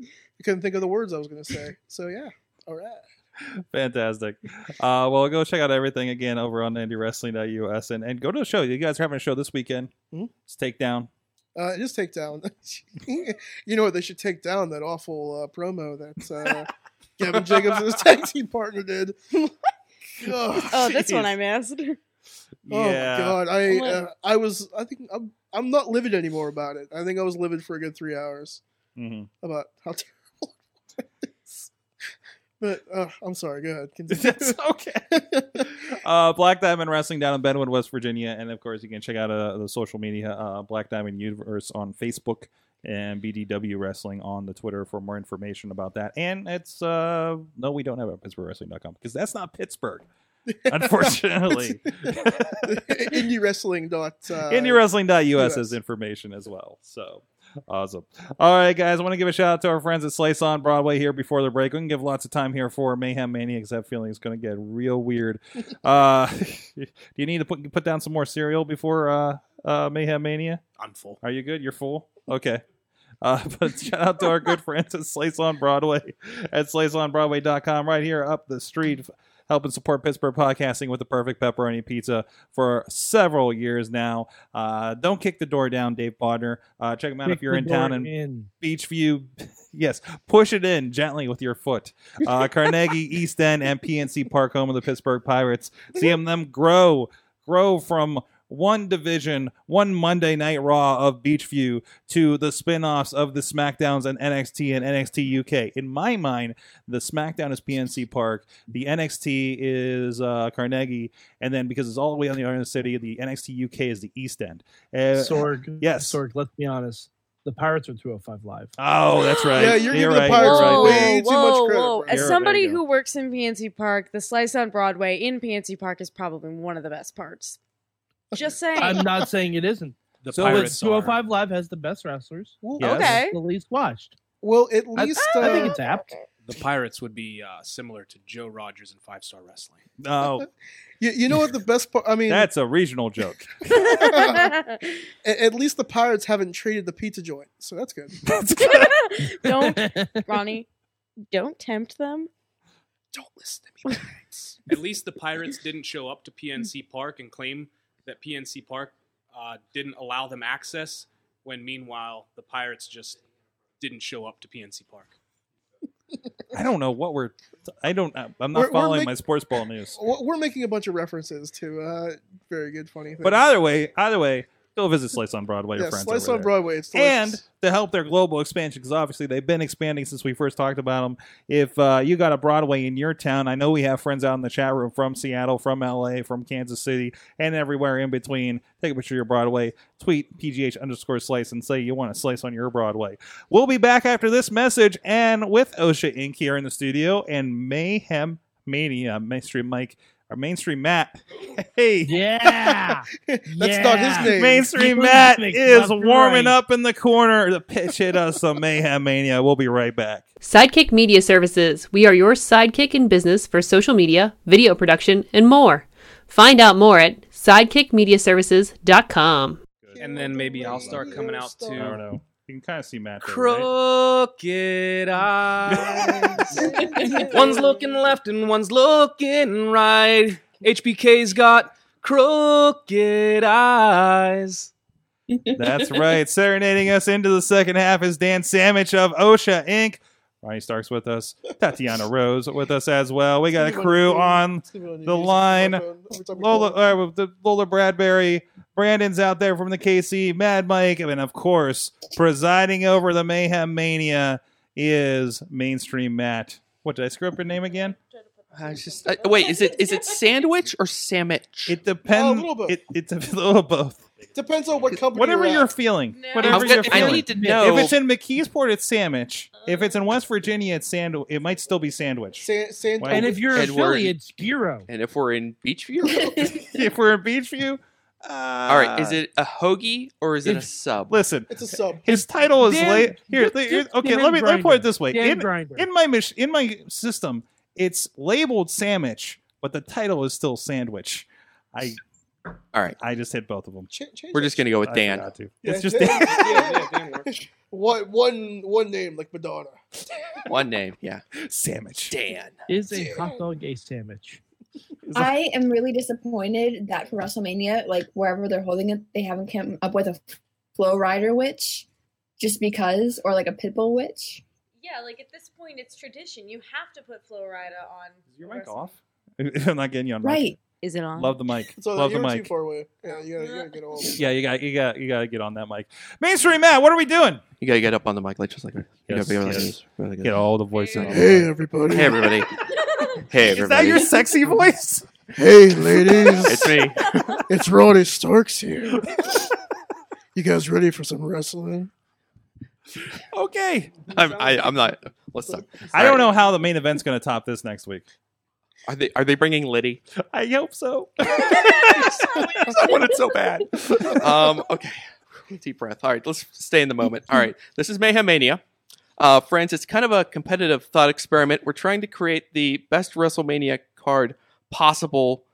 Speaker 3: I couldn't think of the words I was going to say. So yeah, all right.
Speaker 2: Fantastic. Uh, well, go check out everything again over on IndieWrestling.us and, and go to the show. You guys are having a show this weekend.
Speaker 3: Mhm.
Speaker 2: It's Takedown.
Speaker 3: Uh, just take down. you know what? They should take down that awful uh, promo that uh, Kevin Jacobs and his tag team partner did. oh,
Speaker 4: Oh, this one
Speaker 3: jeez.
Speaker 4: I missed.
Speaker 3: Oh
Speaker 2: yeah.
Speaker 3: my god! I
Speaker 4: I'm like-
Speaker 3: uh, I was I think I'm I'm not livid anymore about it. I think I was livid for a good three hours
Speaker 2: Mhm.
Speaker 3: about how terrible. it is. But uh, I'm sorry. Go ahead. Continue.
Speaker 2: That's okay. uh, Black Diamond Wrestling down in Benwood, West Virginia. And of course, you can check out uh, the social media uh, Black Diamond Universe on Facebook and BDW Wrestling on the Twitter for more information about that. And it's, uh, no, we don't have it at PittsburghWrestling.com because that's not Pittsburgh, unfortunately.
Speaker 3: Indie wrestling dot uh,
Speaker 2: IndieWrestling.us
Speaker 3: US.
Speaker 2: has information as well. So awesome. All right, guys. I want to give a shout out to our friends at Slice on Broadway here before the break. We can give lots of time here for Mayhem Mania because that feeling is going to get real weird. Uh, do you need to put, put down some more cereal before uh, uh, Mayhem Mania?
Speaker 6: I'm full.
Speaker 2: Are you good? You're full? Okay. Uh, but shout out to our good friends at Slays on Broadway at slaysonbroadway.com right here up the street, helping support Pittsburgh podcasting with the perfect pepperoni pizza for several years now. Uh, don't kick the door down, Dave Bodner. Uh, check them out if
Speaker 5: Kick
Speaker 2: you're
Speaker 5: the
Speaker 2: in town
Speaker 5: door
Speaker 2: and
Speaker 5: in.
Speaker 2: Beachview. Yes, push it in gently with your foot. Uh, Carnegie, East End, and PNC Park, home of the Pittsburgh Pirates. Seeing them grow, grow from one division, one Monday Night Raw of Beachview to the spin offs of the SmackDowns and NXT and NXT UK. In my mind, the SmackDown is PNC Park, the NXT is uh, Carnegie, and then because it's all the way on the other end of the city, the NXT UK is the East End. Uh,
Speaker 5: Sorg.
Speaker 2: yes.
Speaker 5: Sorg, let's be honest. The Pirates are 205 Live.
Speaker 2: Oh, that's right.
Speaker 3: Yeah, you're
Speaker 2: You're
Speaker 3: giving the
Speaker 2: right, you're
Speaker 3: Pirates
Speaker 2: right.
Speaker 4: whoa,
Speaker 3: way too much
Speaker 4: whoa,
Speaker 3: credit,
Speaker 4: whoa.
Speaker 3: bro.
Speaker 4: As
Speaker 2: You're-
Speaker 4: somebody
Speaker 2: there you go.
Speaker 4: who works in PNC Park, the slice on Broadway in PNC Park is probably one of the best parts. Just saying.
Speaker 5: I'm not saying it isn't.
Speaker 6: The
Speaker 2: So
Speaker 5: But
Speaker 2: Pirates
Speaker 5: 205 Live has the best wrestlers.
Speaker 3: Well,
Speaker 2: Yes.
Speaker 4: Okay.
Speaker 5: The least watched.
Speaker 3: well, at
Speaker 5: I,
Speaker 3: least
Speaker 5: I
Speaker 3: uh,
Speaker 5: think it's apt.
Speaker 6: The Pirates would be uh, similar to Joe Rogers in Five Star Wrestling.
Speaker 2: Oh,
Speaker 3: you, you know what the best part. I mean,
Speaker 2: that's a regional joke.
Speaker 3: a- at least the pirates haven't traded the pizza joint, so that's good.
Speaker 4: don't, Ronnie, don't tempt them.
Speaker 3: Don't listen to me, pirates.
Speaker 6: At least the Pirates didn't show up to PNC Park and claim that PNC Park uh, didn't allow them access, when meanwhile the Pirates just didn't show up to PNC Park.
Speaker 2: I don't know what we're. I don't. I'm not
Speaker 3: We're- we're
Speaker 2: following
Speaker 3: make-
Speaker 2: my sports ball news.
Speaker 3: We're we're making a bunch of references to uh, very good, funny things.
Speaker 2: But either way, either way, Go visit Slice on Broadway.
Speaker 3: yeah,
Speaker 2: your friends
Speaker 3: Slice
Speaker 2: over
Speaker 3: on
Speaker 2: there.
Speaker 3: Broadway. It's
Speaker 2: and
Speaker 3: delicious.
Speaker 2: to help their global expansion because obviously they've been expanding since we first talked about them if uh, you got a broadway in your town i know we have friends out in the chat room from seattle from la from kansas city and everywhere in between take a picture of your broadway tweet pgh underscore slice and say you want a slice on your broadway we'll be back after this message and with osha inc here in the studio and mayhem mania mainstream mike or mainstream matt hey
Speaker 5: Yeah.
Speaker 3: that's not his name.
Speaker 2: Mainstream
Speaker 5: Yeah.
Speaker 2: Matt
Speaker 5: Make
Speaker 2: is
Speaker 5: left and
Speaker 2: warming
Speaker 5: right.
Speaker 2: up in the corner to pitch hit us some Mayhem Mania. We'll be right back.
Speaker 7: Sidekick Media Services. We are your sidekick in business for social media, video production, and more. Find out more at sidekickmediaservices.com.
Speaker 6: And then maybe I'll start coming out
Speaker 2: I
Speaker 6: to
Speaker 2: don't know. You can kind of see Matt. There, right?
Speaker 6: crooked eyes. one's looking left and one's looking right. HBK's got crooked eyes.
Speaker 2: That's right. Serenading us into the second half is Dan Samich of OSHA Inc. Ronnie Stark's with us. Tatiana Rose with us as well. We got a crew on the line. Lola, uh, with the- Lola Bradbury, Brandon's out there from the KC, Mad Mike, and of course, presiding over the Mayhem Mania is Mainstream Matt. What did I screw up your name again?
Speaker 8: I was just uh, wait. Is it is it sandwich or sandwich?
Speaker 2: It depends.
Speaker 3: Oh, a little
Speaker 2: it,
Speaker 3: bit.
Speaker 2: it's a little both.
Speaker 3: Depends on what company.
Speaker 2: Whatever
Speaker 3: you're
Speaker 2: you're
Speaker 3: at.
Speaker 2: feeling.
Speaker 4: No.
Speaker 8: I,
Speaker 2: Whatever
Speaker 8: was
Speaker 2: you're
Speaker 8: gonna, I
Speaker 2: feeling.
Speaker 8: need to know.
Speaker 2: If it's in McKeesport, it's sandwich. If it's in West Virginia, it's sand. It might still be sandwich.
Speaker 3: San, San,
Speaker 2: Wow.
Speaker 5: And if you're in
Speaker 8: Edward.
Speaker 5: Philly, it's Giro.
Speaker 8: and if we're in Beachview,
Speaker 2: if we're in Beachview, uh,
Speaker 8: all right. Is it a hoagie or is it a
Speaker 2: If-
Speaker 8: sub?
Speaker 2: Listen,
Speaker 3: it's a sub.
Speaker 2: his title is
Speaker 5: Dan-
Speaker 2: late. Here,
Speaker 5: Dan-
Speaker 2: here- okay.
Speaker 5: Dan
Speaker 2: Let me let me put
Speaker 5: Grinder.
Speaker 2: it this way.
Speaker 5: Dan
Speaker 2: In,
Speaker 5: Grinder.
Speaker 2: in my mach- in my system, it's labeled sandwich, but the title is still sandwich. I
Speaker 8: All right.
Speaker 2: I just hit both of them.
Speaker 3: Ch- change
Speaker 8: We're
Speaker 3: it.
Speaker 8: just gonna go with
Speaker 2: I
Speaker 8: Dan.
Speaker 2: forgot to.
Speaker 3: Yeah,
Speaker 2: It's just
Speaker 3: Dan-
Speaker 6: Yeah, yeah, Dan works.
Speaker 3: One, one, one name like Madonna.
Speaker 8: One name, yeah.
Speaker 2: sandwich.
Speaker 8: Dan.
Speaker 5: Is a hot dog a sandwich?
Speaker 9: I am really disappointed that for WrestleMania, like wherever they're holding it, they haven't come up with a Flow Rider witch, just because, or like a Pitbull witch.
Speaker 4: Yeah, like at this point, it's tradition. You have to put Flo Rida on.
Speaker 2: Is your mic off? I'm not getting you on mic.
Speaker 9: Right.
Speaker 4: Is it on?
Speaker 2: Love the mic.
Speaker 3: So
Speaker 2: Love the
Speaker 3: you're too
Speaker 2: mic.
Speaker 3: far away. Yeah, you gotta, you gotta get all.
Speaker 2: Yeah, you got you got you got to get on that mic. Mainstream Matt, what are we doing?
Speaker 8: You gotta get up on the mic like just like you
Speaker 2: Yes,
Speaker 8: gotta be like
Speaker 2: yes.
Speaker 8: this. Really good.
Speaker 2: Get all the voices.
Speaker 4: Hey,
Speaker 2: on.
Speaker 3: Hey everybody!
Speaker 8: Hey everybody. Hey everybody.
Speaker 2: Is that your sexy voice?
Speaker 3: Hey ladies!
Speaker 8: It's me.
Speaker 3: It's Ronnie Starks here. you guys ready for some wrestling?
Speaker 2: Okay.
Speaker 8: I'm I, I'm not. Let's stop.
Speaker 2: I don't know how the main event's going to top this next week.
Speaker 8: Are they are they bringing Liddy?
Speaker 2: I hope so.
Speaker 8: I want it so bad. Um, okay. Deep breath. All right, let's stay in the moment. All right, this is Mayhem Mania. Uh, friends, it's kind of a competitive thought experiment. We're trying to create the best WrestleMania card possible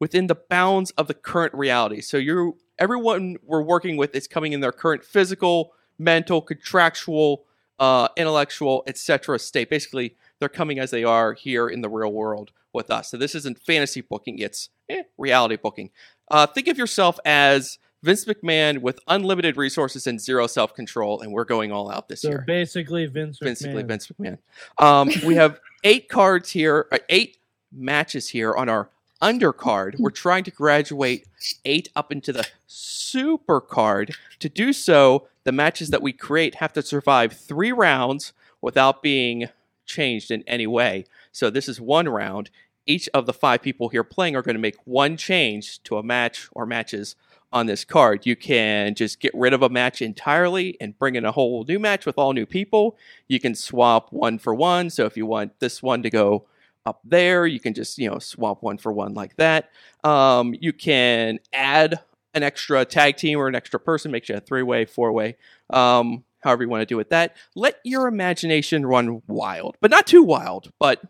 Speaker 8: within the bounds of the current reality. So you everyone we're working with is coming in their current physical, mental, contractual, uh, intellectual, etc. state. Basically, they're coming as they are here in the real world with us. So this isn't fantasy booking, it's eh, reality booking. Uh, think of yourself as Vince McMahon with unlimited resources and zero self control, and we're going all out this
Speaker 5: So
Speaker 8: year.
Speaker 5: basically, Vince
Speaker 8: Basically,
Speaker 5: McMahon.
Speaker 8: Vince McMahon. Um, we have eight cards here, uh, eight matches here on our undercard. We're trying to graduate eight up into the super card. To do so, the matches that we create have to survive three rounds without being changed in any way. So this is one round. Each of the five people here playing are going to make one change to a match or matches on this card. You can just get rid of a match entirely and bring in a whole new match with all new people. You can swap one for one. So if you want this one to go up there, you can just, you know, swap one for one like that. Um, you can add an extra tag team or an extra person, makes you a three way, four way, um, however you want to do with that. Let your imagination run wild, but not too wild, but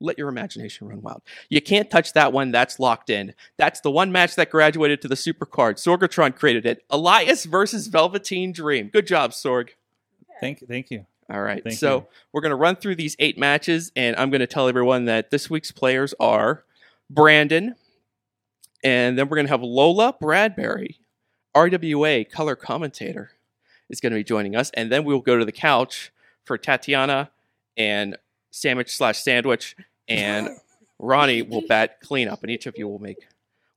Speaker 8: let your imagination run wild. You can't touch that one. That's locked in. That's the one match that graduated to the supercard. Sorgatron created it. Elias versus Velveteen Dream. Good job, Sorg.
Speaker 2: Thank thank you.
Speaker 8: All right.
Speaker 2: Thank
Speaker 8: so
Speaker 2: you.
Speaker 8: we're going to run through these eight matches, and I'm going to tell everyone that this week's players are Brandon, and then we're going to have Lola Bradbury, RWA color commentator, is going to be joining us, and then we'll go to the couch for Tatiana and sandwich slash sandwich, and Ronnie will bat cleanup, and each of you will make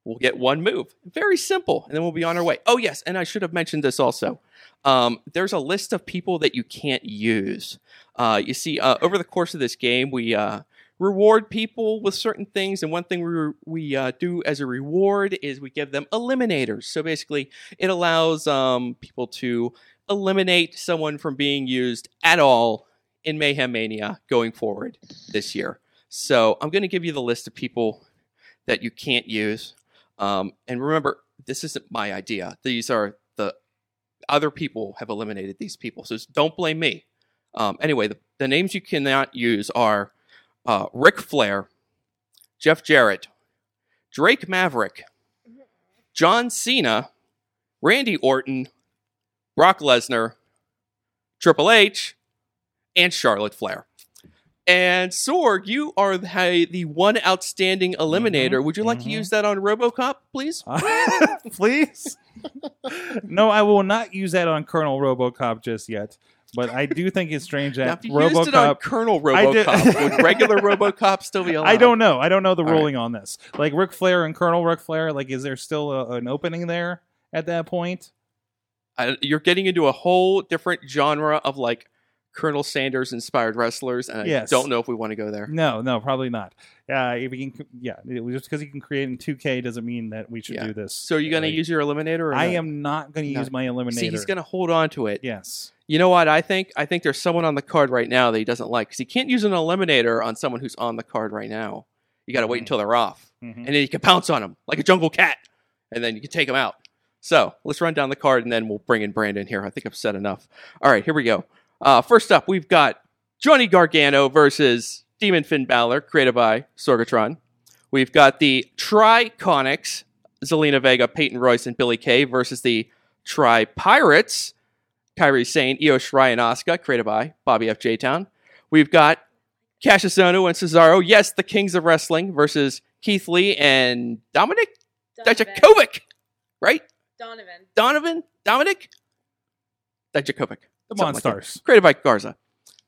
Speaker 8: We'll get one move. Very simple. And then we'll be on our way. Oh, yes. And I should have mentioned this also. Um, there's a list of people that you can't use. Uh, you see, uh, over the course of this game, we uh, reward people with certain things. And one thing we, we uh, do as a reward is we give them eliminators. So basically, it allows um, people to eliminate someone from being used at all in Mayhem Mania going forward this year. So I'm going to give you the list of people that you can't use. Um, and remember, this isn't my idea. These are the other people have eliminated these people. So just don't blame me. Um, anyway, the, the names you cannot use are uh, Rick Flair, Jeff Jarrett, Drake Maverick, John Cena, Randy Orton, Brock Lesnar, Triple H, and Charlotte Flair. And Sorg, you are the, the one outstanding eliminator. Would you like
Speaker 2: mhm.
Speaker 8: to use that on RoboCop, please?
Speaker 2: Please. no, I will not use that on Colonel RoboCop just yet. But I do think it's strange
Speaker 8: Now,
Speaker 2: that
Speaker 8: if you used it on
Speaker 2: RoboCop.
Speaker 8: Colonel
Speaker 2: I did-
Speaker 8: RoboCop, would regular RoboCop still be allowed?
Speaker 2: I don't know. I don't know the
Speaker 8: All right.
Speaker 2: ruling on this. Like Ric Flair and Colonel Ric Flair. Like, is there still a, an opening there at that point?
Speaker 8: I- you're getting into a whole different genre of like Colonel Sanders inspired wrestlers, and I
Speaker 2: Yes.
Speaker 8: don't know if we want to go there.
Speaker 2: No, no, probably not. Uh, if you can, yeah, it was just because you can create in 2K doesn't mean that we should
Speaker 8: Yeah.
Speaker 2: do this.
Speaker 8: So you're gonna
Speaker 2: Like,
Speaker 8: use your eliminator? Or
Speaker 2: I
Speaker 8: not?
Speaker 2: am not going to
Speaker 8: No.
Speaker 2: use my eliminator.
Speaker 8: See, he's gonna hold on to it.
Speaker 2: Yes.
Speaker 8: You know what? I think I think there's someone on the card right now that he doesn't like because he can't use an eliminator on someone who's on the card right now. You got to wait
Speaker 2: Mhm.
Speaker 8: until they're off,
Speaker 2: Mhm.
Speaker 8: and then you can pounce on them like a jungle cat, and then you can take them out. So let's run down the card, and then we'll bring in Brandon here. I think I've said enough. All right, here we go. Uh, first up, we've got Johnny Gargano versus Demon Finn Balor, created by Sorgatron. We've got the Triconics, Zelina Vega, Peyton Royce, and Billy Kay versus the Tri Pirates, Kyrie Sane, Io Shirai, and Asuka, created by Bobby F. J. Town. We've got Cassius Ohno and Cesaro, yes, the Kings of Wrestling, versus Keith Lee and Dominic Dijakovic, right?
Speaker 4: Donovan.
Speaker 8: Donovan? Dominic? Dijakovic.
Speaker 2: The
Speaker 8: Something like that.
Speaker 2: Monstars.
Speaker 8: created by Garza.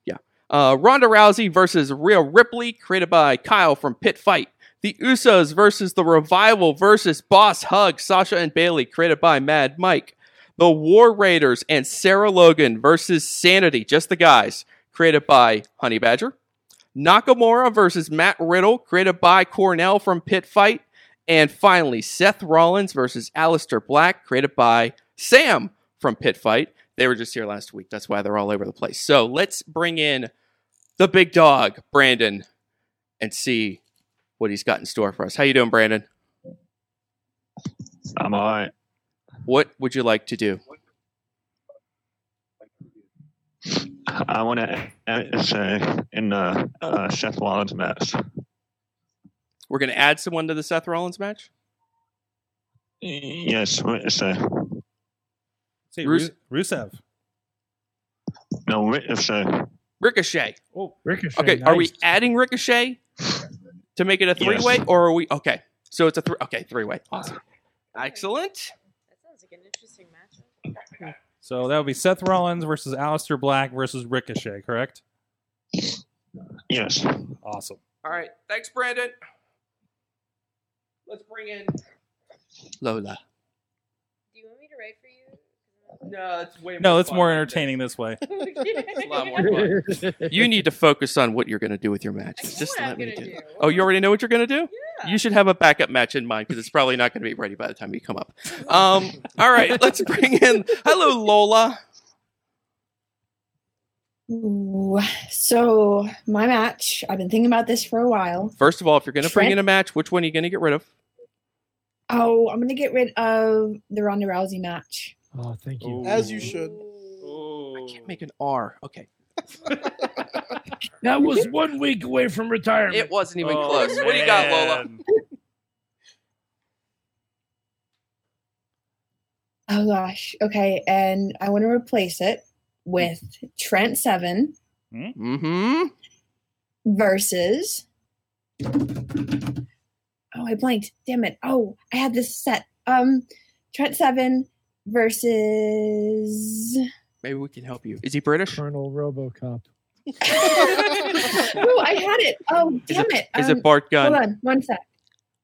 Speaker 8: Yeah. Uh, Ronda Rousey versus Rhea Ripley, created by Kyle from Pit Fight. The Usos versus The Revival versus Boss Hug, Sasha and Bailey, created by Mad Mike. The War Raiders and Sarah Logan versus Sanity, just the guys, created by Honey Badger. Nakamura versus Matt Riddle, created by Cornell from Pit Fight. And finally, Seth Rollins versus Aleister Black, created by Sam from Pit Fight. They were just here last week. That's why they're all over the place. So let's bring in the big dog, Brandon, and see what he's got in store for us. How you doing, Brandon?
Speaker 10: I'm all right.
Speaker 8: What would you like to do?
Speaker 10: I want to say in uh, uh, Seth Rollins match.
Speaker 8: We're going to add someone to the Seth Rollins match?
Speaker 10: Yes, it's uh,
Speaker 2: Say
Speaker 8: Rus-
Speaker 2: Ru- Rusev.
Speaker 10: no, it's uh,
Speaker 8: Ricochet.
Speaker 5: Ricochet.
Speaker 8: Okay, are we
Speaker 5: nice.
Speaker 8: adding Ricochet to make it a
Speaker 10: Yes.
Speaker 8: three-way, or are we okay? So it's a three. Okay, three-way. Awesome. Excellent.
Speaker 4: That sounds like an interesting matchup.
Speaker 2: So that would be Seth Rollins versus Aleister Black versus Ricochet, correct?
Speaker 10: yes.
Speaker 2: Awesome.
Speaker 8: All right. Thanks, Brandon. Let's bring in Lola.
Speaker 4: Do you want me to write for you?
Speaker 8: No, it's way.
Speaker 2: No, it's
Speaker 8: fun
Speaker 2: more
Speaker 8: like
Speaker 2: entertaining this way.
Speaker 8: It's a lot more fun. You need to focus on what you're going to do with your match.
Speaker 4: I know
Speaker 8: Just
Speaker 4: what
Speaker 8: let
Speaker 4: I'm
Speaker 8: me
Speaker 4: gonna
Speaker 8: do.
Speaker 4: do.
Speaker 8: Oh, you already know what you're going to do?
Speaker 4: Yeah.
Speaker 8: You should have a backup match in mind because it's probably not going to be ready by the time you come up. Um, all right, let's bring in. Hello, Lola.
Speaker 9: Ooh, so my match, I've been thinking about this for a while.
Speaker 8: First of all, if you're going to bring
Speaker 9: Trent?
Speaker 8: in a match, which one are you going to get rid of?
Speaker 9: Oh, I'm gonna get rid of the Ronda Rousey match.
Speaker 5: Oh, thank you.
Speaker 3: As you should.
Speaker 8: I can't make an R. Okay.
Speaker 5: That was one week away from retirement.
Speaker 8: It
Speaker 6: Oh,
Speaker 8: wasn't even close. What do you got, Lola?
Speaker 9: Oh gosh. Okay, and I want to replace it with Trent Seven
Speaker 8: Mm-hmm.
Speaker 9: versus. Oh, I blanked. Damn it. Oh, I had this set. Um, Trent Seven versus.
Speaker 8: Maybe we can help you. Is he British?
Speaker 5: Colonel RoboCop.
Speaker 9: oh, I had it. Oh,
Speaker 8: Is
Speaker 9: damn it.
Speaker 8: Is
Speaker 9: Um,
Speaker 8: it Bart Gunn?
Speaker 9: Hold on, one sec.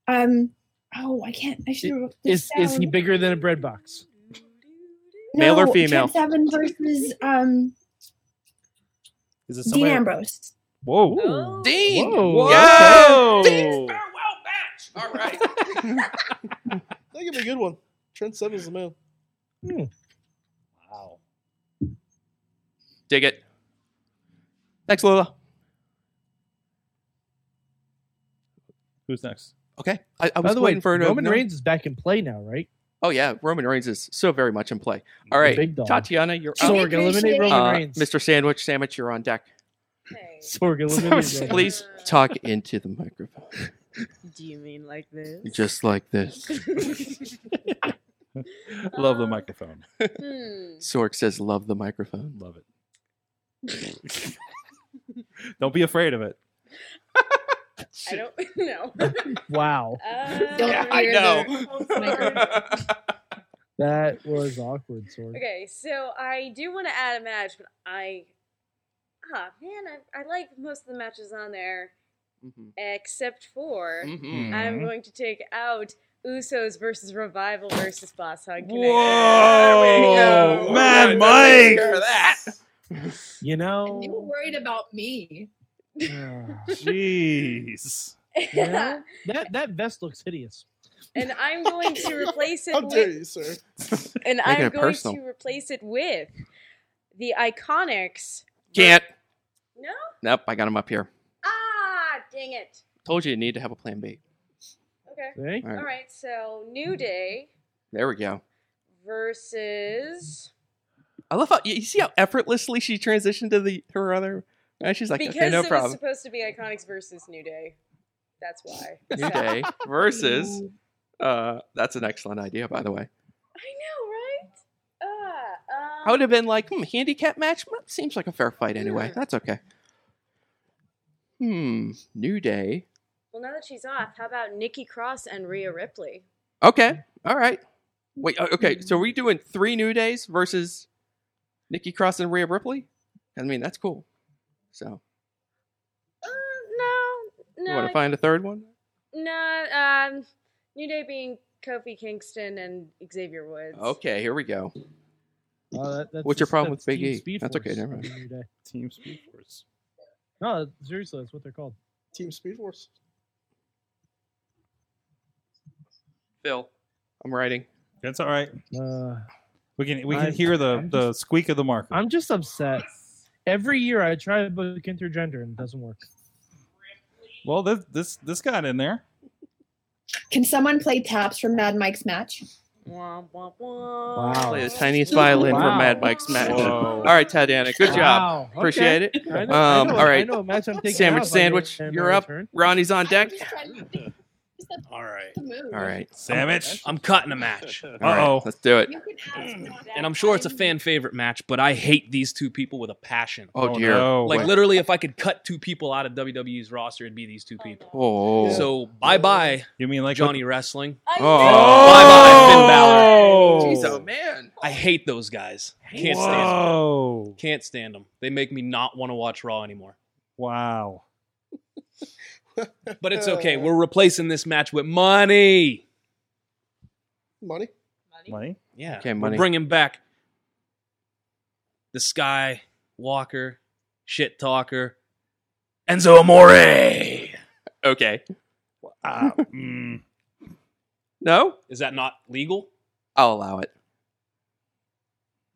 Speaker 9: Um, Oh, I can't. I should. have
Speaker 5: Is is he bigger than a bread box?
Speaker 8: Male or
Speaker 9: No,
Speaker 8: female?
Speaker 9: Trent Seven versus um
Speaker 2: Is it
Speaker 9: Dean Ambrose.
Speaker 2: Whoa.
Speaker 4: Oh,
Speaker 8: Dean.
Speaker 5: Whoa.
Speaker 8: Yeah.
Speaker 2: Whoa.
Speaker 8: Dean's farewell match. All right.
Speaker 3: That could be a good one. Trent Seven's the man.
Speaker 2: Wow.
Speaker 8: Dig it. Thanks, Lola.
Speaker 2: Who's next?
Speaker 8: Okay. I, I
Speaker 5: By
Speaker 8: was
Speaker 5: the
Speaker 8: waiting
Speaker 5: way,
Speaker 8: for her to
Speaker 5: Roman
Speaker 8: no-
Speaker 5: Reigns is back in play now, right?
Speaker 8: Oh yeah, Roman Reigns is so very much in play. All
Speaker 5: The
Speaker 8: right,
Speaker 5: big dog.
Speaker 8: Tatiana, you're up.
Speaker 5: Sorg, eliminate Roman
Speaker 8: Uh,
Speaker 5: Reigns.
Speaker 8: Mr. Sandwich, sandwich, you're on deck.
Speaker 5: Sorg, eliminate Roman.
Speaker 8: Please talk into the microphone,
Speaker 4: Do you mean like this?
Speaker 8: just like this.
Speaker 4: Hmm.
Speaker 2: Love the microphone.
Speaker 4: Hmm.
Speaker 8: Sorg says, "Love the microphone."
Speaker 2: Love it. Don't be afraid of it.
Speaker 4: I don't know.
Speaker 5: Wow,
Speaker 4: Uh,
Speaker 9: Yeah,
Speaker 8: I
Speaker 4: we're
Speaker 8: know.
Speaker 4: there.
Speaker 5: that was awkward, Sorg.
Speaker 4: okay, so I do want to add a match, but I, ah man, I, I like most of the matches on there
Speaker 8: Mhm.
Speaker 4: Mm-hmm. except for
Speaker 8: Mhm.
Speaker 2: Mm.
Speaker 4: I'm going to take out Usos versus Revival versus Boss Hug. Connection.
Speaker 2: Whoa.
Speaker 3: Oh,
Speaker 8: There we go.
Speaker 2: Mad
Speaker 8: Good
Speaker 2: Mike.
Speaker 8: for that.
Speaker 5: You
Speaker 9: And you were
Speaker 5: know,
Speaker 9: worried about me.
Speaker 5: ah,
Speaker 2: Jeez.
Speaker 5: yeah. that that vest looks hideous.
Speaker 4: and I'm going to replace
Speaker 3: How
Speaker 4: it
Speaker 3: dare
Speaker 4: with,
Speaker 3: you, sir?
Speaker 4: and
Speaker 8: Making
Speaker 4: I'm
Speaker 8: it
Speaker 4: going
Speaker 8: personal.
Speaker 4: to replace it with the Iconics.
Speaker 8: Can't.
Speaker 4: No?
Speaker 8: Nope, I got him up here.
Speaker 4: Ah, dang it.
Speaker 8: Told you you need to have a plan B.
Speaker 4: Okay.
Speaker 5: Right?
Speaker 8: All right,
Speaker 4: All right, so New Day
Speaker 8: there we go.
Speaker 4: versus
Speaker 8: I love how you you see how effortlessly she transitioned to the her other. And she's like,
Speaker 4: because
Speaker 8: okay, no
Speaker 4: it was
Speaker 8: problem.
Speaker 4: supposed to be Iconics versus New Day. That's why.
Speaker 8: New Day versus. Uh, that's an excellent idea, by the way.
Speaker 4: I know, right? Ah, um,
Speaker 8: I would have been like, hmm, handicap match? Well, seems like a fair fight anyway.
Speaker 4: Yeah.
Speaker 8: That's okay. Hmm, New Day.
Speaker 4: Well, now that she's off, how about Nikki Cross and Rhea Ripley?
Speaker 8: Okay, all right. Wait, o- okay, so are we doing three New Days versus Nikki Cross and Rhea Ripley? I mean, that's cool. So,
Speaker 4: Uh, no,
Speaker 8: you
Speaker 4: no,
Speaker 8: want to
Speaker 4: I-
Speaker 8: find a third one?
Speaker 4: no. Um, New Day being Kofi Kingston and Xavier Woods.
Speaker 8: Okay, here we go.
Speaker 5: Oh, that- that's
Speaker 8: What's your
Speaker 5: just-
Speaker 8: problem with
Speaker 5: that's
Speaker 8: Big
Speaker 5: Team
Speaker 8: E?
Speaker 5: Speed
Speaker 8: That's okay,
Speaker 5: Force
Speaker 8: never mind.
Speaker 5: in New Day.
Speaker 2: Team Speed Force.
Speaker 5: No, seriously, that's what they're called.
Speaker 3: Team Speed Force.
Speaker 8: Phil, I'm writing.
Speaker 2: That's all right.
Speaker 5: Uh,
Speaker 2: We can we can
Speaker 5: I'm-
Speaker 2: hear the
Speaker 5: I'm
Speaker 2: the squeak of the marker.
Speaker 5: I'm just upset. Every year I try to book intergender and it doesn't work.
Speaker 2: well, this this this got in there.
Speaker 9: Can someone play taps from Mad Mike's match?
Speaker 4: Wah, wah,
Speaker 5: Wow.
Speaker 4: wah.
Speaker 8: Play the tiniest violin for
Speaker 5: Wow.
Speaker 8: Mad Mike's match.
Speaker 2: Whoa.
Speaker 8: All right, Tatiana, good job.
Speaker 5: Wow, okay.
Speaker 8: Appreciate
Speaker 5: I
Speaker 8: it.
Speaker 5: know- I
Speaker 8: Um,
Speaker 5: know- I know
Speaker 8: all right.
Speaker 5: a match I'm taking
Speaker 8: Sandwich,
Speaker 5: out if I
Speaker 8: sandwich,
Speaker 5: get my
Speaker 8: you're up.
Speaker 5: return.
Speaker 8: Ronnie's on
Speaker 9: I'm
Speaker 8: deck.
Speaker 9: just trying to think. Just that's
Speaker 6: All right.
Speaker 9: the move.
Speaker 8: All right.
Speaker 2: Sandwich.
Speaker 6: I'm cutting a match.
Speaker 8: All right,
Speaker 2: Uh-oh.
Speaker 8: Let's do it.
Speaker 9: You can ask not that
Speaker 6: And I'm sure it's a
Speaker 9: time.
Speaker 6: fan favorite match, but I hate these two people with a passion.
Speaker 8: Oh,
Speaker 2: Oh,
Speaker 8: dear.
Speaker 2: no.
Speaker 6: Like
Speaker 2: Wait.
Speaker 6: literally if I could cut two people out of WWE's roster, it'd be these two people.
Speaker 8: Oh.
Speaker 6: So bye bye,
Speaker 2: You mean like
Speaker 6: Johnny Wrestling.
Speaker 4: I
Speaker 8: Oh.
Speaker 4: know.
Speaker 6: Bye-bye, Finn Balor.
Speaker 2: Whoa.
Speaker 8: Jeez, oh man.
Speaker 6: I hate those guys. Can't stand them.
Speaker 2: Whoa.
Speaker 6: Can't stand them. They make me not want to watch Raw anymore.
Speaker 2: Wow.
Speaker 6: But it's
Speaker 3: Uh,
Speaker 6: okay. We're replacing this match with money.
Speaker 3: Money.
Speaker 2: Money.
Speaker 6: Yeah.
Speaker 8: Okay,
Speaker 6: We're
Speaker 8: money.
Speaker 6: bringing back the Sky Walker, shit talker, Enzo Amore.
Speaker 8: okay.
Speaker 2: Uh, mm,
Speaker 8: No,
Speaker 6: Is that not legal?
Speaker 8: I'll allow it.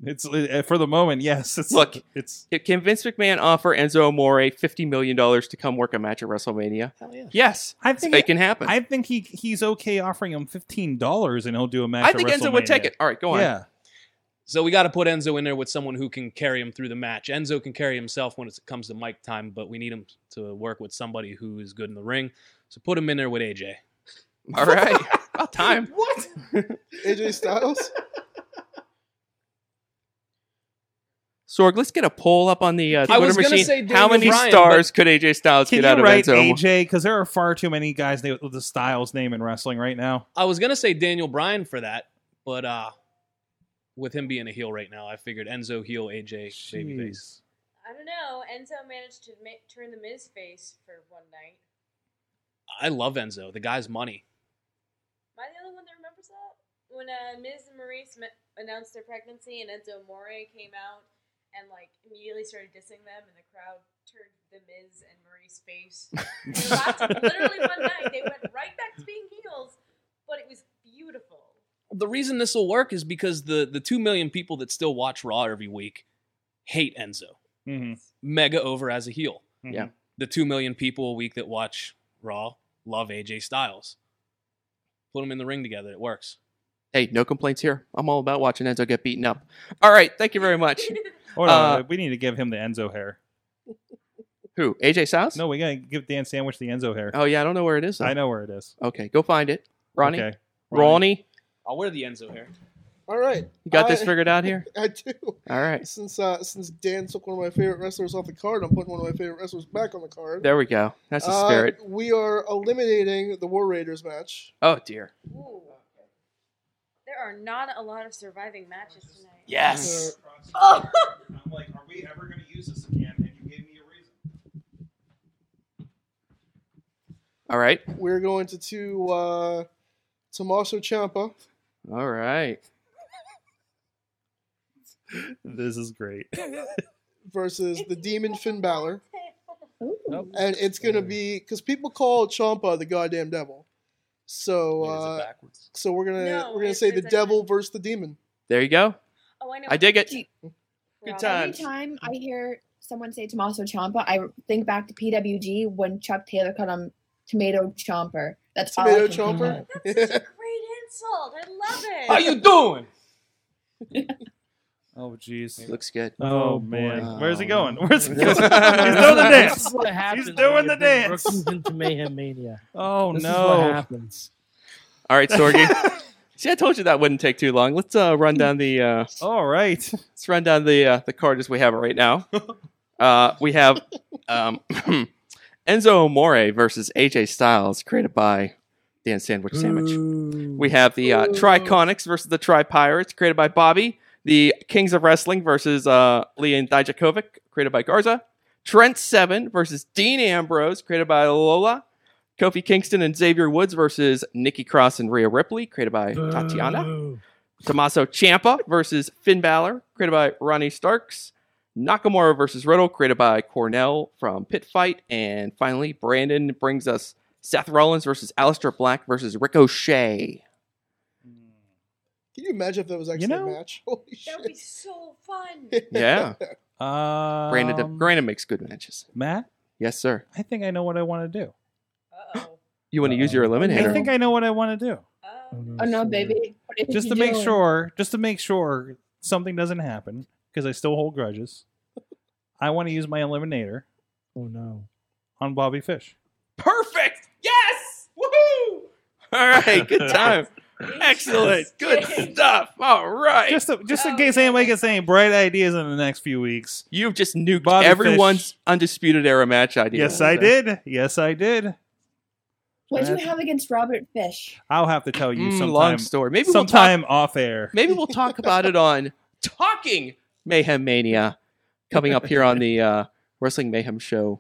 Speaker 2: it's uh, for the moment. Yes. It's,
Speaker 8: Look.
Speaker 2: It's
Speaker 8: Can- Can Vince McMahon offer Enzo Amore fifty million dollars to come work a match at WrestleMania?
Speaker 6: Hell yeah.
Speaker 8: Yes,
Speaker 2: I
Speaker 8: it
Speaker 2: think it,
Speaker 8: can happen. I,
Speaker 2: I think he he's okay offering him fifteen dollars and he'll do a match. at
Speaker 8: think Enzo would take
Speaker 2: WrestleMania.
Speaker 8: it. All right, go on.
Speaker 2: Yeah.
Speaker 6: So we got to put Enzo in there with someone who can carry him through the match. Enzo can carry himself when it comes to mic time, but we need him to work with somebody who is good in the ring. So put him in there with AJ.
Speaker 8: All right, about time.
Speaker 3: What? AJ Styles.
Speaker 8: Sorg, let's get a poll up on the uh,
Speaker 6: I
Speaker 8: Twitter
Speaker 6: was gonna
Speaker 8: machine.
Speaker 6: say Daniel
Speaker 8: How many
Speaker 6: Bryan,
Speaker 8: stars could AJ Styles
Speaker 2: Can
Speaker 8: get out
Speaker 2: you
Speaker 8: of
Speaker 2: write
Speaker 8: Enzo? Amore?
Speaker 2: AJ? Because there are far too many guys named with the Styles name in wrestling right now.
Speaker 6: I was gonna say Daniel Bryan for that, but uh, with him being a heel right now, I figured Enzo heel, AJ
Speaker 2: Jeez.
Speaker 6: babyface.
Speaker 4: I don't know. Enzo managed to ma- turn the Miz face for one night.
Speaker 6: I love Enzo. The guy's money.
Speaker 4: Am I the only one that remembers that? When uh, Ms. and Maurice m- announced their pregnancy and Enzo More came out and like immediately started dissing them, and the crowd turned the Ms. and Maurice face. And it lasted literally one night, they went right back to being heels, but it was beautiful.
Speaker 11: The reason this will work is because the the two million people that still watch Raw every week hate Enzo.
Speaker 2: Mm-hmm.
Speaker 11: Mega over as a heel.
Speaker 6: Mm-hmm.
Speaker 8: Yeah.
Speaker 11: The two million people a week that watch Raw love AJ Styles. Put them in the ring together. It works.
Speaker 8: Hey, no complaints here. I'm all about watching Enzo get beaten up. All right, thank you very much.
Speaker 2: Hold
Speaker 8: Uh,
Speaker 2: on, Oh, we need to give him the Enzo hair.
Speaker 8: Who? AJ Styles?
Speaker 2: No, we gotta give Dan Sandwich the Enzo hair.
Speaker 8: Oh yeah, I don't know where it is. though.
Speaker 2: I know where it is.
Speaker 8: Okay, go find it, Ronnie.
Speaker 2: Okay,
Speaker 8: Ronnie,
Speaker 11: I'll wear the Enzo hair.
Speaker 3: All right.
Speaker 8: you got this
Speaker 3: I-
Speaker 8: figured out here.
Speaker 3: I do.
Speaker 8: All right,
Speaker 3: Since uh, since Dan took one of my favorite wrestlers off the card, I'm putting one of my favorite wrestlers back on the card.
Speaker 8: there we go. That's the
Speaker 3: Uh,
Speaker 8: spirit.
Speaker 3: we are eliminating the War Raiders match.
Speaker 8: Oh dear.
Speaker 4: Ooh. There are not a lot of surviving matches tonight.
Speaker 8: Yes.
Speaker 3: Uh,
Speaker 4: Oh.
Speaker 2: I'm like, are we ever gonna use this again? And you gave me a reason.
Speaker 8: All right.
Speaker 3: We're going to to uh, Tommaso Ciampa.
Speaker 8: All right.
Speaker 2: This is great.
Speaker 3: versus the demon Finn Balor.
Speaker 5: Oh.
Speaker 3: And it's going to be because people call Champa the goddamn devil. So uh, so we're gonna
Speaker 4: No,
Speaker 3: we're gonna
Speaker 4: it's-
Speaker 3: say
Speaker 4: it's
Speaker 3: the
Speaker 4: a-
Speaker 3: devil versus the demon.
Speaker 8: There you go.
Speaker 4: Oh, I know.
Speaker 8: I dig it.
Speaker 4: Good
Speaker 9: Every time I hear someone say Tommaso Ciampa, I think back to PWG when Chuck Taylor called him Tomato Chomper. That's all I
Speaker 3: Tomato
Speaker 9: can think
Speaker 3: Chomper.
Speaker 9: of.
Speaker 4: Great insult. I love it.
Speaker 6: Uh,
Speaker 11: How you doing?
Speaker 2: Oh jeez.
Speaker 8: Looks good.
Speaker 2: Oh,
Speaker 5: Oh,
Speaker 2: man,
Speaker 8: boy.
Speaker 2: where's he going? Where's he
Speaker 8: This
Speaker 2: going?
Speaker 8: is-
Speaker 2: He's doing the
Speaker 5: This
Speaker 2: dance.
Speaker 5: is what happens
Speaker 2: He's
Speaker 5: when
Speaker 2: doing
Speaker 5: you
Speaker 2: the
Speaker 5: bring
Speaker 2: dance.
Speaker 5: Brooks into Mayhem Mania.
Speaker 2: Oh
Speaker 5: This is what
Speaker 2: no.
Speaker 5: happens.
Speaker 8: All right, Sorgi. See, I told you that wouldn't take too long. Let's uh, run down the uh,
Speaker 2: All right.
Speaker 8: let's run down the uh, the card as we have it right now. Uh, we have um, Enzo Amore versus AJ Styles, created by Dan Sandwich Sandwich. We have the uh, Triconics versus the Tri Pirates, created by Bobby. The Kings of Wrestling versus uh, Leon Dijakovic, created by Garza. Trent Seven versus Dean Ambrose, created by Lola. Kofi Kingston and Xavier Woods versus Nikki Cross and Rhea Ripley, created by
Speaker 5: Uh.
Speaker 8: Tatiana.
Speaker 5: Boo.
Speaker 8: Tommaso Ciampa versus Finn Balor, created by Ronnie Starks. Nakamura versus Riddle, created by Cornell from Pit Fight. And finally, Brandon brings us Seth Rollins versus Aleister Black versus Ricochet.
Speaker 3: Can you imagine if that was actually
Speaker 2: know-
Speaker 3: a match? Holy
Speaker 4: That would be so fun.
Speaker 3: shit.
Speaker 8: Yeah.
Speaker 2: Um,
Speaker 8: Brandon, Brandon makes good matches.
Speaker 2: Matt,
Speaker 8: Yes, sir.
Speaker 2: I think I know what I want to do.
Speaker 4: Uh-oh.
Speaker 8: You want to use your
Speaker 2: Um, I
Speaker 8: eliminator?
Speaker 2: think I know what I want to do.
Speaker 4: Oh.
Speaker 9: Oh no, baby! What is
Speaker 2: Just
Speaker 9: he
Speaker 2: to make
Speaker 9: doing?
Speaker 2: sure, just to make sure something doesn't happen because I still hold grudges. I want to use my eliminator
Speaker 5: Oh no.
Speaker 2: on Bobby Fish.
Speaker 8: Perfect. Yes. Woohoo! All right. Good time. Excellent. Good stuff. All right.
Speaker 2: Just, to, just in
Speaker 4: Oh,
Speaker 2: case
Speaker 4: yeah.
Speaker 2: anybody gets any bright ideas in the next few weeks.
Speaker 8: You've just nuked
Speaker 2: Bobby
Speaker 8: everyone's
Speaker 2: Fish.
Speaker 8: undisputed era match idea.
Speaker 2: Yes, I did. Yes, I did.
Speaker 9: What do you have against Robert Fish?
Speaker 2: I'll have to tell you
Speaker 8: Mm,
Speaker 2: sometime.
Speaker 8: long story. Maybe we'll talk
Speaker 2: sometime off air.
Speaker 8: Maybe we'll talk about it on Talking Mayhem Mania coming up here on the uh, Wrestling Mayhem Show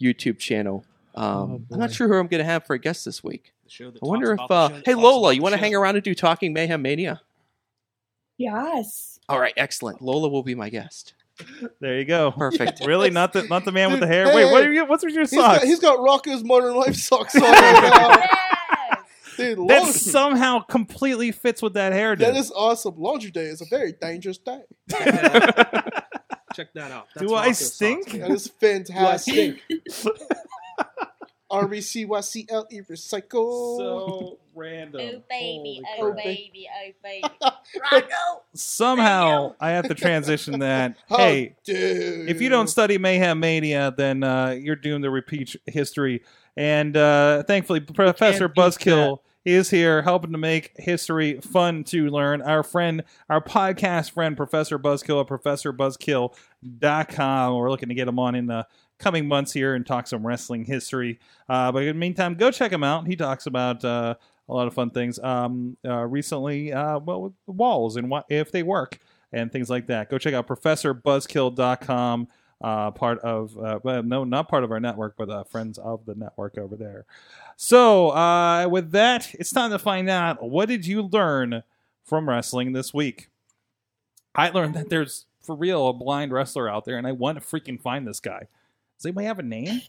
Speaker 8: YouTube channel. Um,
Speaker 5: Oh,
Speaker 8: I'm not
Speaker 5: boy.
Speaker 8: sure who I'm going to have for a guest this week.
Speaker 6: The show that
Speaker 8: I wonder
Speaker 6: talks
Speaker 8: if,
Speaker 6: about the
Speaker 8: uh,
Speaker 6: show that
Speaker 8: hey
Speaker 6: talks
Speaker 8: Lola,
Speaker 6: about
Speaker 8: you
Speaker 6: the
Speaker 8: want to
Speaker 6: show.
Speaker 8: hang around and do Talking Mayhem Mania?
Speaker 9: Yes.
Speaker 8: All right, excellent. Lola will be my guest.
Speaker 2: There you go.
Speaker 8: Perfect.
Speaker 2: Really, not the not the man with the
Speaker 3: Dude,
Speaker 2: hair.
Speaker 3: hey,
Speaker 2: Wait, what
Speaker 3: hey.
Speaker 2: are you? What's with your
Speaker 3: He's got,
Speaker 2: socks?
Speaker 3: he's got Rocco's Modern Life socks on right now.
Speaker 4: Oh, Yes. Oh,
Speaker 3: Dude,
Speaker 2: that
Speaker 3: laundry,
Speaker 2: somehow completely fits with that hairdo.
Speaker 3: that is awesome. Laundry day is a very dangerous day.
Speaker 11: Check that out.
Speaker 2: Do I stink?
Speaker 3: That is fantastic. R E C Y C L E recycle.
Speaker 2: random.
Speaker 4: Oh baby, oh
Speaker 2: Holy crap.
Speaker 4: baby, oh baby. Rocco.
Speaker 2: Somehow I have to transition that.
Speaker 3: Oh,
Speaker 2: hey,
Speaker 3: dude.
Speaker 2: if you don't study Mayhem Mania, then uh, you're doomed to repeat history. And uh, thankfully, Professor
Speaker 5: beat that.
Speaker 2: Buzzkill is here helping to make history fun to learn. Our friend, our podcast friend, Professor Buzzkill at ProfessorBuzzkill.com. We're looking to get him on in the coming months here and talk some wrestling history. Uh, but in the meantime, go check him out. He talks about. Uh, a lot of fun things. Um, uh, recently, uh, well, with the walls and what if they work and things like that. Go check out ProfessorBuzzkill.com. uh, part of uh, well, no, not part of our network, but uh, friends of the network over there. So uh, with that, it's time to find out what did you learn from wrestling this week. I learned that there's for real a blind wrestler out there, and I want to freaking find this guy. Does anybody have a name?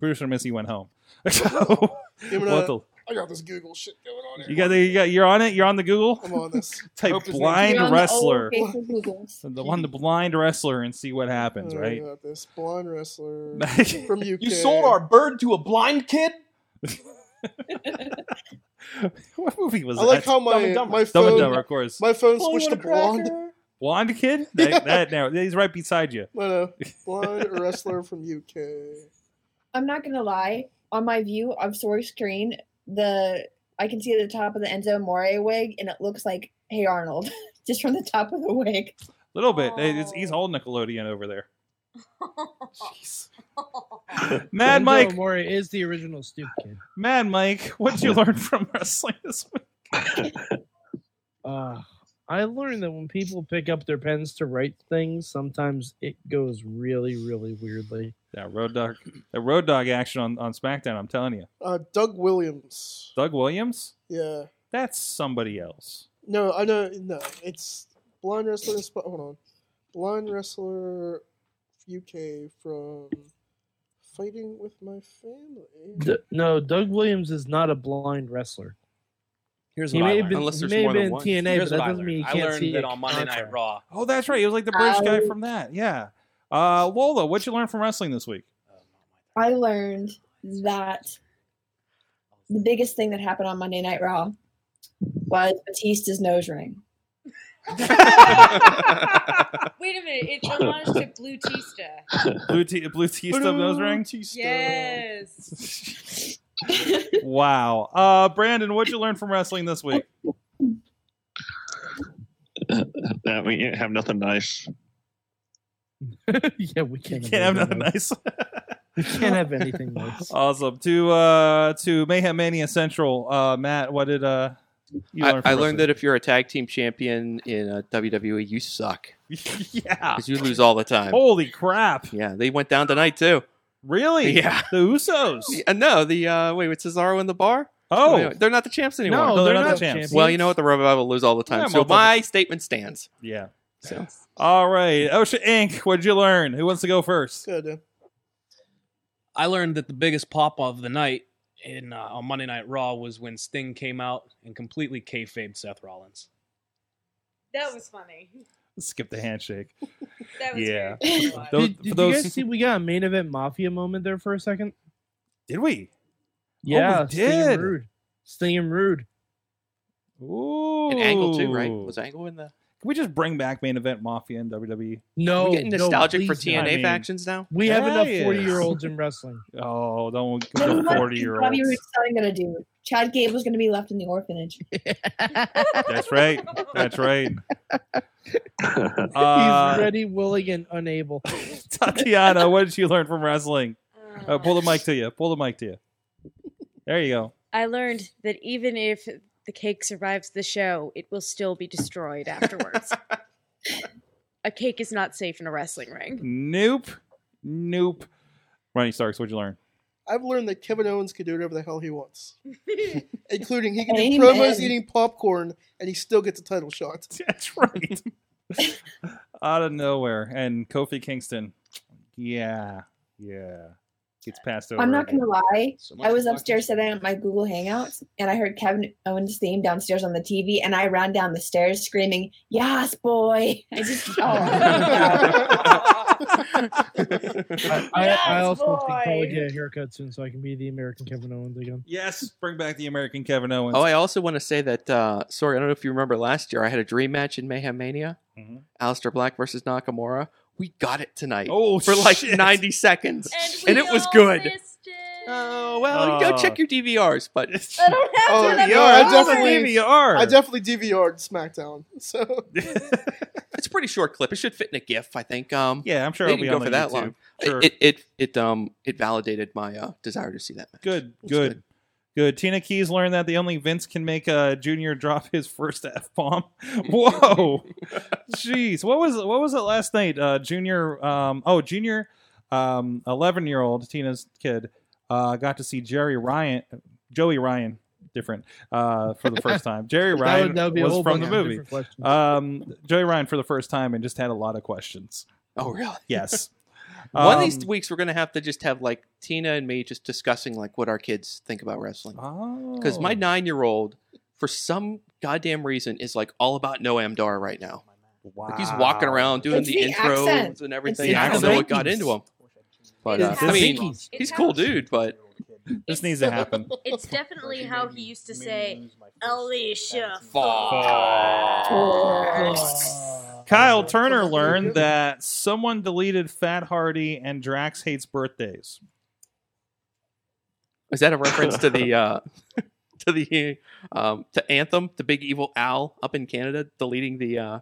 Speaker 2: Producer Missy went home. so,
Speaker 3: Give it
Speaker 2: we'll
Speaker 3: a-
Speaker 2: have to-
Speaker 3: I got this Google shit going on here.
Speaker 2: you got, you got, you're on it. You're on the Google.
Speaker 3: I'm on this.
Speaker 2: Type
Speaker 3: Hope his name's-
Speaker 2: blind
Speaker 3: You're on the
Speaker 2: wrestler.
Speaker 3: old Facebook Googles.
Speaker 2: The one, the blind wrestler, and see what happens.
Speaker 3: Oh, I
Speaker 2: Right?
Speaker 3: got this blonde wrestler from UK.
Speaker 11: You sold our bird to a blind kid?
Speaker 2: What movie was
Speaker 3: I like
Speaker 2: that?
Speaker 3: how my my
Speaker 2: Dumb
Speaker 3: phone,
Speaker 2: and Dumber, of course.
Speaker 3: my phone
Speaker 11: Blowing
Speaker 3: switched
Speaker 11: on
Speaker 3: to
Speaker 11: a cracker.
Speaker 3: blonde.
Speaker 2: Blonde kid. That, that now he's right beside you.
Speaker 3: No, no, blonde wrestler from UK.
Speaker 9: I'm not gonna lie. On my view of story screen, the I can see the top of the Enzo More wig, and it looks like Hey Arnold, just from the top of the wig.
Speaker 2: little bit. It's, he's holding Nickelodeon over there.
Speaker 4: Oh.
Speaker 2: Jeez. Mad
Speaker 5: Enzo
Speaker 2: Mike.
Speaker 5: Amore is the original Stoop Kid.
Speaker 2: Mad Mike. What'd you learn from wrestling this week?
Speaker 5: Uh, I learned that when people pick up their pens to write things, sometimes it goes really, really weirdly.
Speaker 2: That road dog. That road dog action on on SmackDown. I'm telling you.
Speaker 3: Uh, Doug Williams.
Speaker 2: Doug Williams.
Speaker 3: Yeah.
Speaker 2: That's somebody else.
Speaker 3: No, I know. No, it's blonde wrestler. in Sp- Hold on, blonde wrestler UK from fighting with my family.
Speaker 5: D- no, Doug Williams is not a blind wrestler.
Speaker 11: Here's
Speaker 5: He
Speaker 11: what
Speaker 5: may
Speaker 11: I
Speaker 5: have
Speaker 11: learned.
Speaker 5: been-
Speaker 11: Unless
Speaker 5: he
Speaker 11: there's
Speaker 5: may
Speaker 11: more
Speaker 5: have
Speaker 11: than
Speaker 5: been
Speaker 11: one.
Speaker 5: TNA,
Speaker 11: Here's
Speaker 5: but
Speaker 11: what
Speaker 5: that
Speaker 11: I
Speaker 5: doesn't mean
Speaker 11: learned. I
Speaker 5: you can't
Speaker 11: learned
Speaker 5: see
Speaker 11: that
Speaker 5: a
Speaker 11: on Monday Night
Speaker 5: contract.
Speaker 11: Raw.
Speaker 2: Oh, that's right. He was like the British guy from that. Yeah. Uh, Lola, what'd you learn from wrestling this week?
Speaker 5: Uh,
Speaker 9: I learned that the biggest thing that happened on Monday Night Raw was Batista's nose ring.
Speaker 4: Wait a minute. It's homage to Blue Tista.
Speaker 2: Blue T- Blue Tista nose ring.
Speaker 4: Yes.
Speaker 2: Wow. Uh, Brandon, what'd you learn from wrestling this week?
Speaker 10: that we can't have nothing nice.
Speaker 5: yeah, we can't,
Speaker 2: Can't have nothing nice.
Speaker 5: We can't have anything
Speaker 2: Oh,
Speaker 5: nice.
Speaker 2: Awesome. To uh to Mayhem Mania Central, uh Matt, what did uh you
Speaker 8: I,
Speaker 2: learn
Speaker 8: I
Speaker 2: from
Speaker 8: learned that if you're a tag team champion in uh, WWE, you suck
Speaker 2: wrestling? yeah.
Speaker 8: because you lose all the time.
Speaker 2: Holy crap.
Speaker 8: Yeah, they went down tonight too.
Speaker 2: Really?
Speaker 8: Yeah.
Speaker 2: The Usos.
Speaker 8: Uh, no, the uh, wait, with Cesaro in the bar.
Speaker 2: Oh.
Speaker 8: Anyway, they're not the champs anymore.
Speaker 2: No, No, they're they're not not the the champs. champs.
Speaker 8: Well, you know what? The revival lose all the time.
Speaker 2: Yeah,
Speaker 8: so
Speaker 2: multiple-
Speaker 8: my statement stands.
Speaker 2: Yeah.
Speaker 8: So
Speaker 2: All right. OSHA Inc., what'd you learn? Who wants to go first?
Speaker 3: Good.
Speaker 6: I learned that the biggest pop of the night in uh, on Monday Night Raw was when Sting came out and completely kayfabed Seth Rollins.
Speaker 4: That was funny.
Speaker 2: Skip the handshake.
Speaker 4: That was
Speaker 2: yeah.
Speaker 4: very cool.
Speaker 2: Those-
Speaker 5: did
Speaker 2: for
Speaker 5: did you
Speaker 2: those-
Speaker 5: guys see we got a main event mafia moment there for a second?
Speaker 2: Did we? we
Speaker 5: Yeah, Sting
Speaker 2: did.
Speaker 5: and Rude. Sting and Rude.
Speaker 2: Ooh.
Speaker 8: and Angle too, right? Was Angle in the?
Speaker 2: Can we just bring back Main Event Mafia and E? WWE?
Speaker 5: No,
Speaker 8: we getting nostalgic
Speaker 5: no,
Speaker 8: for
Speaker 5: please no.
Speaker 8: TNA factions now.
Speaker 5: We have
Speaker 2: Yeah,
Speaker 5: enough
Speaker 2: yeah.
Speaker 5: forty-year-olds in wrestling.
Speaker 2: Oh, don't
Speaker 9: Then
Speaker 2: the
Speaker 9: what is
Speaker 2: 40 year old.
Speaker 9: Bobby Roode's son gonna do? Chad Gable's gonna be left in the orphanage.
Speaker 2: That's right. That's right.
Speaker 5: He's
Speaker 2: Uh,
Speaker 5: ready, willing, and unable.
Speaker 2: Tatiana, what did you learn from wrestling? Uh, pull the mic to you. Pull the mic to you. There you go.
Speaker 4: I learned that even if the cake survives the show, it will still be destroyed afterwards. a cake is not safe in a wrestling ring.
Speaker 2: Nope. Nope. Ronnie Starks, what'd you learn?
Speaker 3: I've learned that Kevin Owens can do whatever the hell he wants, including he can do
Speaker 9: Amen.
Speaker 3: promos eating popcorn, and he still gets a title shot.
Speaker 2: That's right. Out of nowhere. And Kofi Kingston. Yeah. Yeah. Gets passed over.
Speaker 9: I'm not gonna lie.
Speaker 8: much
Speaker 9: I was
Speaker 8: for
Speaker 9: upstairs setting up my Google Hangouts, and I heard Kevin Owens' theme downstairs on the TV, and I ran down the stairs screaming, "Yes, boy!" I just
Speaker 5: I, I, I
Speaker 9: Yes,
Speaker 5: also think probably
Speaker 9: boy.
Speaker 5: get a haircut soon, so I can be the American Kevin Owens again.
Speaker 2: Yes. Bring back the American Kevin Owens.
Speaker 8: Oh, I also want to say that. Uh, sorry, I don't know if you remember last year. I had a dream match in Mayhem Mania.
Speaker 2: Mhm.
Speaker 8: Alistair Black versus Nakamura. We got it tonight.
Speaker 2: Oh,
Speaker 8: for like
Speaker 2: shit.
Speaker 8: 90 seconds,
Speaker 4: And,
Speaker 8: and
Speaker 4: we
Speaker 8: it was
Speaker 4: all
Speaker 8: good.
Speaker 4: missed it.
Speaker 8: Oh well, go
Speaker 2: Oh.
Speaker 8: check your DVRs, but
Speaker 4: I don't have
Speaker 3: Oh,
Speaker 4: to remember
Speaker 3: yeah, I
Speaker 4: all
Speaker 2: That's a
Speaker 4: of it.
Speaker 3: definitely-
Speaker 2: DVR.
Speaker 3: I definitely DVR'd SmackDown, so
Speaker 8: it's a pretty short clip. It should fit in a GIF, I think. Um,
Speaker 2: yeah, I'm sure
Speaker 8: they
Speaker 2: it'll be
Speaker 8: didn't go
Speaker 2: on the
Speaker 8: for that
Speaker 2: YouTube.
Speaker 8: long.
Speaker 2: Sure.
Speaker 8: It, it it it um it validated my uh, desire to see that match.
Speaker 2: good,
Speaker 8: It's
Speaker 2: good, good, Good. Tina Keys learned that the only Vince can make uh, Junior drop his first f bomb. Whoa, jeez. What was what was it last night? Uh, junior. Um, oh, Junior, um, eleven year old Tina's kid uh, got to see Jerry Ryan, Joey Ryan, different uh, for the first time. Jerry
Speaker 5: That
Speaker 2: Ryan
Speaker 5: would- that would be a
Speaker 2: was
Speaker 5: whole
Speaker 2: from
Speaker 5: bunch
Speaker 2: the
Speaker 5: of
Speaker 2: movie.
Speaker 5: different questions.
Speaker 2: Um, Joey Ryan for the first time and just had a lot of questions.
Speaker 8: Oh, really?
Speaker 2: Yes.
Speaker 8: One of these
Speaker 2: Um,
Speaker 8: weeks, we're going to have to just have like Tina and me just discussing like what our kids think about wrestling. Because my
Speaker 2: Oh.
Speaker 8: nine year old, for some goddamn reason, is like all about Noam Dar right now. Like, he's walking
Speaker 2: Wow.
Speaker 8: around doing
Speaker 2: It's
Speaker 8: the,
Speaker 2: the accent.
Speaker 8: intros and
Speaker 2: It's
Speaker 8: everything.
Speaker 2: the
Speaker 8: I don't know what
Speaker 2: accent.
Speaker 8: got into him. But
Speaker 2: It
Speaker 8: uh,
Speaker 2: has
Speaker 8: I
Speaker 2: to
Speaker 8: mean,
Speaker 2: be.
Speaker 8: he's
Speaker 4: It
Speaker 8: he's
Speaker 4: has
Speaker 8: cool,
Speaker 4: to.
Speaker 8: dude. But
Speaker 2: this needs to happen.
Speaker 4: It's definitely how he used to say, Alicia.
Speaker 2: Kyle Turner learned that someone deleted Fat Hardy and Drax hates birthdays.
Speaker 8: Is that a reference to the uh, to the um, to Anthem, the big evil owl up in Canada deleting the uh,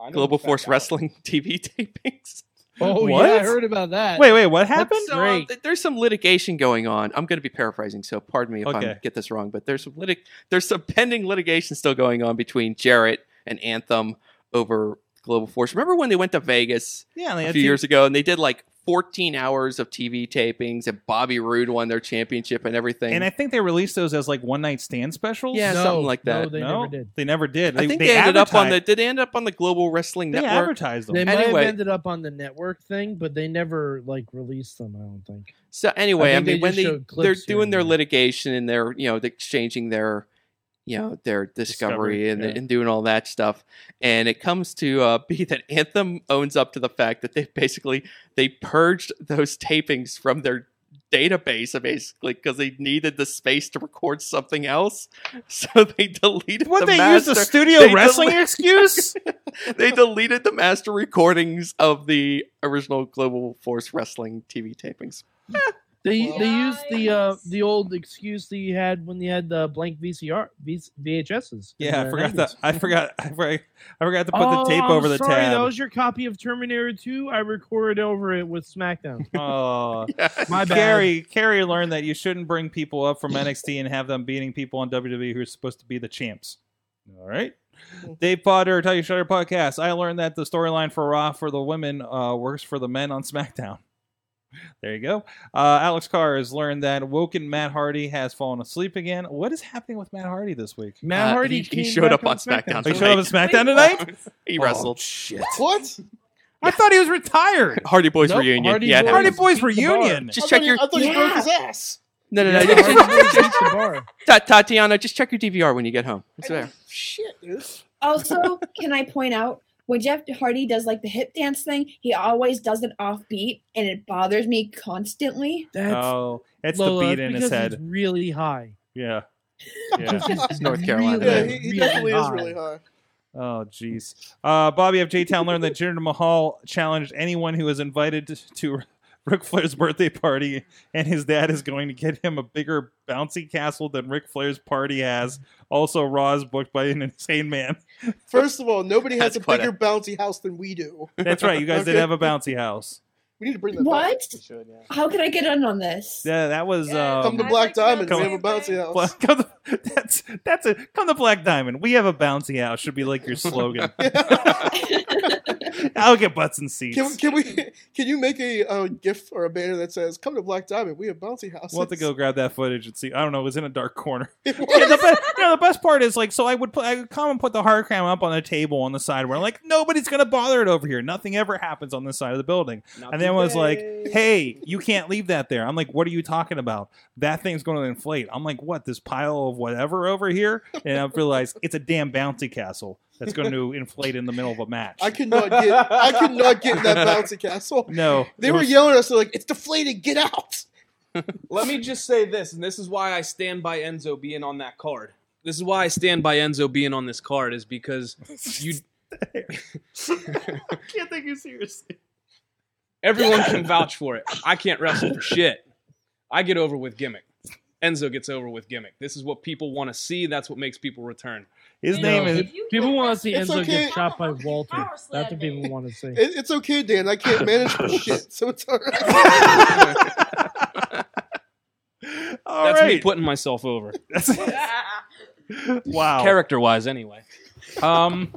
Speaker 5: know
Speaker 8: Global
Speaker 5: the fat
Speaker 8: Force
Speaker 5: owl.
Speaker 8: Wrestling TV tapings?
Speaker 5: Oh yeah, I heard about that.
Speaker 8: Wait, wait, what
Speaker 5: happened?
Speaker 8: So, um, th- there's some litigation going on. I'm going to be paraphrasing, so pardon me if I
Speaker 5: Okay.
Speaker 8: get this wrong. But there's some litig- there's some pending litigation still going on between Jarrett and Anthem over Global Force. Remember when they went to Vegas?
Speaker 2: Yeah, they
Speaker 8: a
Speaker 2: had
Speaker 8: few
Speaker 2: two-
Speaker 8: years ago, and they did like 14 hours of TV tapings, and Bobby Roode won their championship and everything.
Speaker 2: And I think they released those as like one night stand specials.
Speaker 8: Yeah, No, something like that. no, they never
Speaker 2: did. They never did.
Speaker 8: I think they, ended up on the
Speaker 2: advertised-
Speaker 8: did they end up on the Global Wrestling
Speaker 2: They
Speaker 8: Network.
Speaker 2: advertised
Speaker 5: They might
Speaker 8: anyway,
Speaker 5: have ended up on the network thing, but they never like released them. I don't think.
Speaker 8: So anyway, I,
Speaker 5: think
Speaker 8: mean, when
Speaker 5: just
Speaker 8: they
Speaker 5: showed clips
Speaker 8: they're
Speaker 5: here
Speaker 8: doing
Speaker 5: and
Speaker 8: their
Speaker 5: there.
Speaker 8: litigation and they're you know they're exchanging their you know their discovery,
Speaker 5: Discovery,
Speaker 8: and,
Speaker 5: yeah.
Speaker 8: and doing all that stuff, and it comes to uh, be that Anthem owns up to the fact that they basically they purged those tapings from their database basically because they needed the space to record something else so they deleted
Speaker 2: What,
Speaker 8: the
Speaker 2: they used the
Speaker 8: master-
Speaker 2: studio
Speaker 8: they
Speaker 2: wrestling
Speaker 8: dele-
Speaker 2: excuse?
Speaker 8: they deleted the master recordings of the original global force wrestling tv tapings
Speaker 5: They they used the uh the old excuse that you had when you had the blank VCR V- VHSs. in
Speaker 2: Yeah, I
Speaker 5: the
Speaker 2: forgot
Speaker 5: 90s.
Speaker 2: that. I forgot. I forgot. I forgot to put
Speaker 5: Oh,
Speaker 2: the tape
Speaker 5: I'm
Speaker 2: over the
Speaker 5: sorry,
Speaker 2: tab.
Speaker 5: That was your copy of Terminator 2. I recorded over it with SmackDown.
Speaker 2: Oh,
Speaker 5: My bad.
Speaker 2: Carrie, Carrie learned that you shouldn't bring people up from NXT and have them beating people on WWE who are supposed to be the champs. All right.
Speaker 5: Mm-hmm.
Speaker 2: Dave Potter, Tell You Shutter podcast. I learned that the storyline for Raw for the women uh, works for the men on SmackDown. There you go. Uh, Alex Carr has learned that Woken Matt Hardy has fallen asleep again. What is happening with Matt Hardy this week?
Speaker 5: Matt Uh, Hardy he- he came showed back up on on SmackDown SmackDown
Speaker 2: He showed up on
Speaker 5: tonight.
Speaker 2: SmackDown
Speaker 5: Wait,
Speaker 2: tonight?
Speaker 8: he
Speaker 2: Oh,
Speaker 8: wrestled
Speaker 2: shit
Speaker 3: What?
Speaker 2: I thought he was retired.
Speaker 8: Hardy Boys reunion. yeah,
Speaker 2: Hardy Boys reunion.
Speaker 8: Just check your.
Speaker 3: I thought he
Speaker 8: Yeah.
Speaker 3: broke his ass.
Speaker 8: No, no, no.
Speaker 3: Yeah,
Speaker 8: just-
Speaker 3: Hardy
Speaker 8: just-
Speaker 3: Boys
Speaker 8: just- Ta- Tatiana, just check your DVR when you get home. It's there.
Speaker 3: Shit, dude.
Speaker 9: Also, can I point out when Jeff Hardy does like the hip dance thing, he always does it offbeat, and it bothers me constantly.
Speaker 2: oh, it's
Speaker 5: Lola,
Speaker 2: the beat in his
Speaker 5: because he's
Speaker 2: head.
Speaker 5: really high.
Speaker 2: Yeah.
Speaker 5: Because
Speaker 2: yeah.
Speaker 5: he's really,
Speaker 8: North Carolina.
Speaker 3: Yeah, he, he
Speaker 5: really
Speaker 3: definitely is
Speaker 5: high.
Speaker 3: really high.
Speaker 2: Oh, jeez. Uh, Bobby F. J. Town learned that Jinder Mahal challenged anyone who was invited to, to Ric Flair's birthday party, and his dad is going to get him a bigger bouncy castle than Ric Flair's party has. Also, Raw is booked by an insane man.
Speaker 3: First of all, nobody has
Speaker 2: That's
Speaker 3: a
Speaker 2: quite
Speaker 3: bigger bouncy house than we do.
Speaker 2: That's right. You guys did
Speaker 3: Okay?
Speaker 2: have a bouncy house.
Speaker 3: We need to bring that.
Speaker 9: What?
Speaker 3: Back.
Speaker 9: How can I get in on this?
Speaker 2: Yeah, that was. um,
Speaker 3: Come to Black Diamond.
Speaker 2: Come-
Speaker 3: we have a bouncy house.
Speaker 2: Well, come to, that's that's a come to Black Diamond. We have a bouncy house. Should be like your slogan. I'll get butts and seats.
Speaker 3: Can, can we? Can you make a, uh gift or a banner that says "Come to Black Diamond"? We have bouncy houses.
Speaker 2: We'll have to go grab that footage and see. I don't know. It was in a dark corner. Yeah, the, be- no, the best part is like, so I would put, I would come and put the hard cam up on the table on the side where like nobody's gonna bother it over here. Nothing ever happens on this side of the building. and then I was like, hey, you can't leave that there. I'm like, what are you talking about? That thing's going to inflate. I'm like, what? This pile of whatever over here? And I realized it's a damn bouncy castle that's going to inflate in the middle of a match.
Speaker 3: I could not get. I could not get in that bouncy castle.
Speaker 2: No,
Speaker 3: They
Speaker 2: it
Speaker 3: were
Speaker 2: was-
Speaker 3: yelling at us. They're like, "It's deflated. Get out!"
Speaker 6: Let me just say this, and this is why I stand by Enzo being on that card. This is why I stand by Enzo being on this card is because you
Speaker 2: I can't take you seriously.
Speaker 6: everyone can vouch for it. I can't wrestle for shit. I get over with gimmick. Enzo gets over with gimmick. This is what people want to see. That's what makes people return.
Speaker 2: His
Speaker 5: name is. People want to see
Speaker 3: It's
Speaker 5: Enzo
Speaker 3: okay.
Speaker 5: get shot by Walter. That's what people want to see.
Speaker 3: It, it's okay, Dan. I can't manage for shit, so it's all right.
Speaker 2: All
Speaker 11: That's me
Speaker 2: right.
Speaker 11: putting myself over.
Speaker 2: Wow.
Speaker 11: Character wise, anyway.
Speaker 2: Um,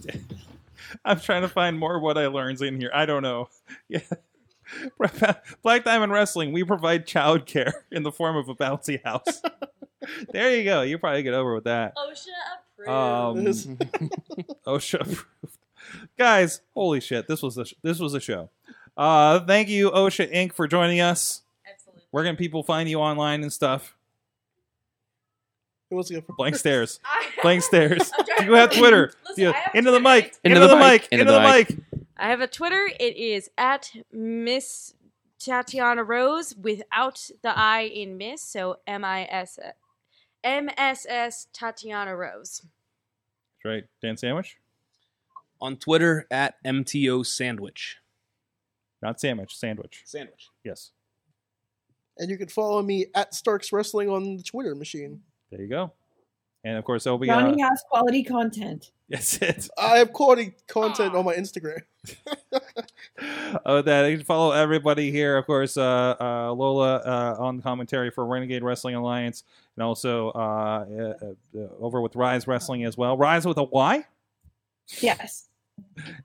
Speaker 2: I'm trying to find more what I learns in here. I don't know. Yeah. Black Diamond Wrestling, we provide child care in the form of a bouncy house. there you go. You probably get over with that.
Speaker 1: OSHA approved.
Speaker 2: Um, OSHA approved. Guys, holy shit, this was a sh- this was a show. Uh, thank you, OSHA Inc. for joining us. Absolutely. Where can people find you online and stuff?
Speaker 3: Who wants to go first?
Speaker 2: Blank stares. Blank stares.
Speaker 4: I'm trying
Speaker 2: Do you have
Speaker 4: to-
Speaker 2: Twitter?
Speaker 4: Listen,
Speaker 2: Do you-
Speaker 4: I have
Speaker 2: into the mic.
Speaker 4: Into
Speaker 2: Into
Speaker 4: the
Speaker 2: the
Speaker 4: mic,
Speaker 2: mic. Into the mic.
Speaker 4: I have a Twitter. It is at Miss Tatiana Rose without the I in Miss. So M I S M S S Tatiana Rose.
Speaker 2: That's right. Dan Sandwich?
Speaker 11: On Twitter at MTO Sandwich.
Speaker 2: Not sandwich, sandwich.
Speaker 11: Sandwich.
Speaker 2: Yes.
Speaker 3: And you can follow me at Starks Wrestling on the Twitter machine.
Speaker 2: There you go. And of course, there'll be. Uh,
Speaker 9: Johnny has quality content.
Speaker 2: that's it.
Speaker 3: I have quality content on my Instagram.
Speaker 2: Oh, that you can follow everybody here. Of course, uh, uh, Lola uh, on commentary for Renegade Wrestling Alliance, and also uh, uh, uh, over with Rise Wrestling as well. Rise with a Y,
Speaker 9: Yes.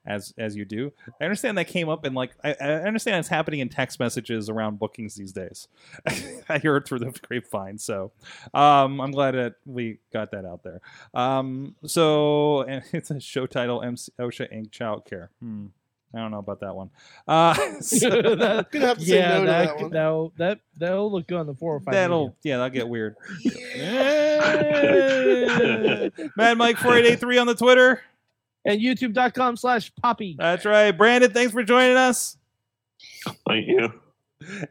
Speaker 2: as as you do. I understand that came up in like I, I understand it's happening in text messages around bookings these days. I hear it through the grapevine, so um, I'm glad that we got that out there. Um, so and it's a show title: MC, OSHA Inc. Child Care. Hmm. I don't know about that one. Uh, so-
Speaker 5: That- yeah, that,
Speaker 2: one.
Speaker 5: will that that'll look good on the four or five.
Speaker 2: That'll yeah, that'll get weird. Mad Mike four eight eight three on the Twitter
Speaker 5: and YouTube.com slash Poppy.
Speaker 2: That's right, Brandon. Thanks for joining us.
Speaker 10: Thank you.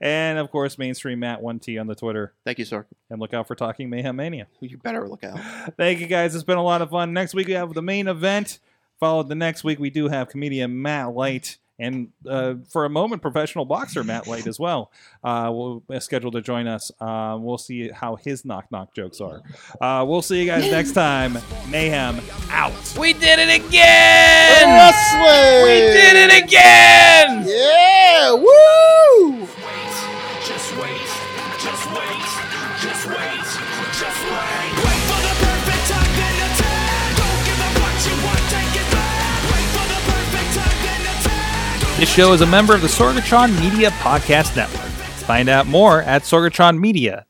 Speaker 2: And of course, mainstream Matt one T on the Twitter.
Speaker 8: Thank you, sir.
Speaker 2: And look out for Talking Mayhem Mania.
Speaker 8: You better look out.
Speaker 2: Thank you guys. It's been a lot of fun. Next week we have the main event. Followed the next week we do have comedian Matt Light and uh, for a moment professional boxer Matt Light as well. Uh, will is scheduled to join us. Uh, we'll see how his knock knock jokes are. Uh, we'll see you guys next time. Mayhem out.
Speaker 11: We did it again!
Speaker 3: Wrestling!
Speaker 11: We did it again!
Speaker 3: Yeah! Woo!
Speaker 1: Just wait, just wait, just wait, just wait. Wait for the perfect time, then attack. Don't give up what you want, take it back. Wait for the perfect time, then attack.
Speaker 2: This show is a member of the Sorgatron Media Podcast Network. Find out more at sorgatronmedia.com.